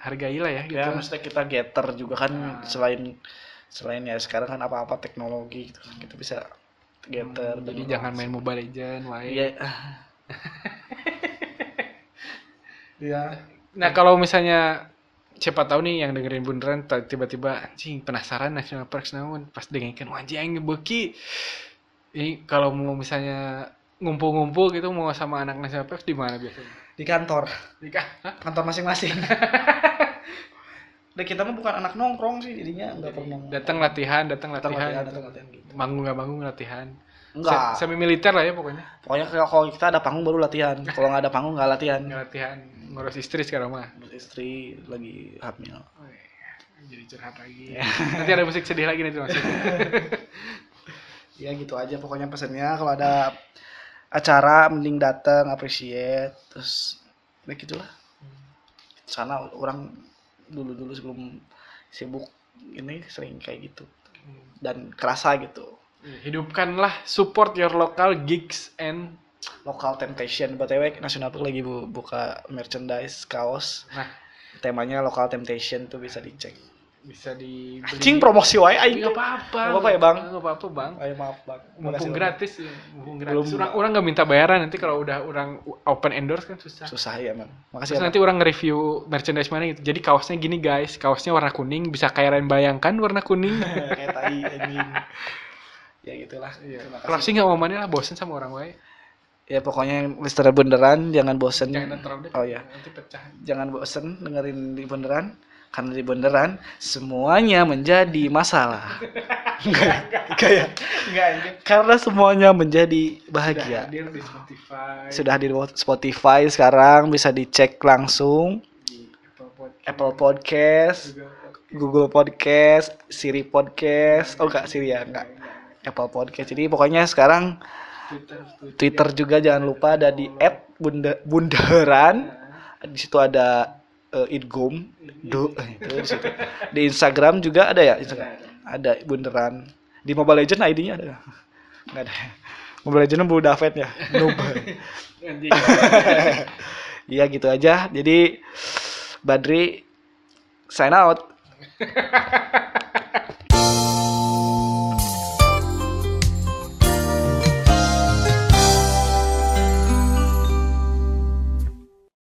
hargailah ya gitu ya maksudnya kita getter juga kan Nah. selain selain ya sekarang kan apa-apa teknologi gitu kan kita bisa getter Hmm, jadi jangan main mobile legend lain iya Iya. nah kalau misalnya siapa tahu nih yang dengerin bunderan t- tiba-tiba anjing penasaran national parks namun pas dengerin wah anjing aing beki ini kalau mau misalnya ngumpul-ngumpul gitu mau sama anak national parks di mana biasanya di kantor Nikah. kantor masing-masing dan kita mah bukan anak nongkrong sih jadinya nggak pernah Iya, Datang latihan, datang datang latihan latihan. datang latihan gitu Manggung nggak manggung latihan. enggak Se- Semi militer lah ya pokoknya. pokoknya kalau- kalau kita ada panggung baru latihan kalau nggak ada panggung nggak latihan Nggak latihan ngurus istri sekarang mah. istri lagi hamil Jadi curhat lagi. Nanti ada musik sedih lagi nanti maksudnya. ya gitu aja pokoknya pesannya kalau ada acara mending datang appreciate terus ya gitulah sana orang dulu dulu sebelum sibuk ini sering kayak gitu dan kerasa gitu Iya, Hidupkanlah support your local gigs and local temptation btw nasional Park lagi bu- buka merchandise kaos nah temanya local temptation tuh bisa dicek bisa dibeli. Iya, anjing promosi wae aing Nggak apa-apa. Nggak apa-apa ya, Bang? Nggak apa-apa bang. ayo maaf bang Makasih, Mumpung Bang. gratis, ya. mumpung gratis. Belum- Orang orang nggak minta bayaran nanti kalau udah orang open endorse kan susah. susah ya man makasih Terus ya, Bang. nanti orang nge-review merchandise mana gitu. Jadi kaosnya gini guys, kaosnya warna kuning, bisa kayak Ryan bayangkan warna kuning. kayak tai anjing ya gitulah terima kasih Kelasnya Iya, nggak mau mandi lah, bosen sama orang wae. ya pokoknya yang listener beneran jangan bosen Jangan terlalu deh. oh ya Nanti pecah. jangan bosen dengerin di beneran karena di beneran semuanya menjadi masalah Enggak ya? Enggak, ini karena semuanya menjadi udah bahagia hadir di Spotify, sudah di Spotify sekarang bisa dicek langsung di Apple Podcast Apple Podcast juga. Google Podcast Siri Podcast oh enggak Siri ya enggak Apple Podcast jadi pokoknya sekarang Twitter, Twitter. Twitter juga jangan lupa ada di app bunda bundaran di situ ada eh, idgom do eh, itu di situ. Di Instagram juga ada ya Instagram ada bunderan di Mobile Legend ID-nya ada nggak? nggak ada Mobile Legend Bu David ya noob Anjing. iya gitu aja jadi Badri sign out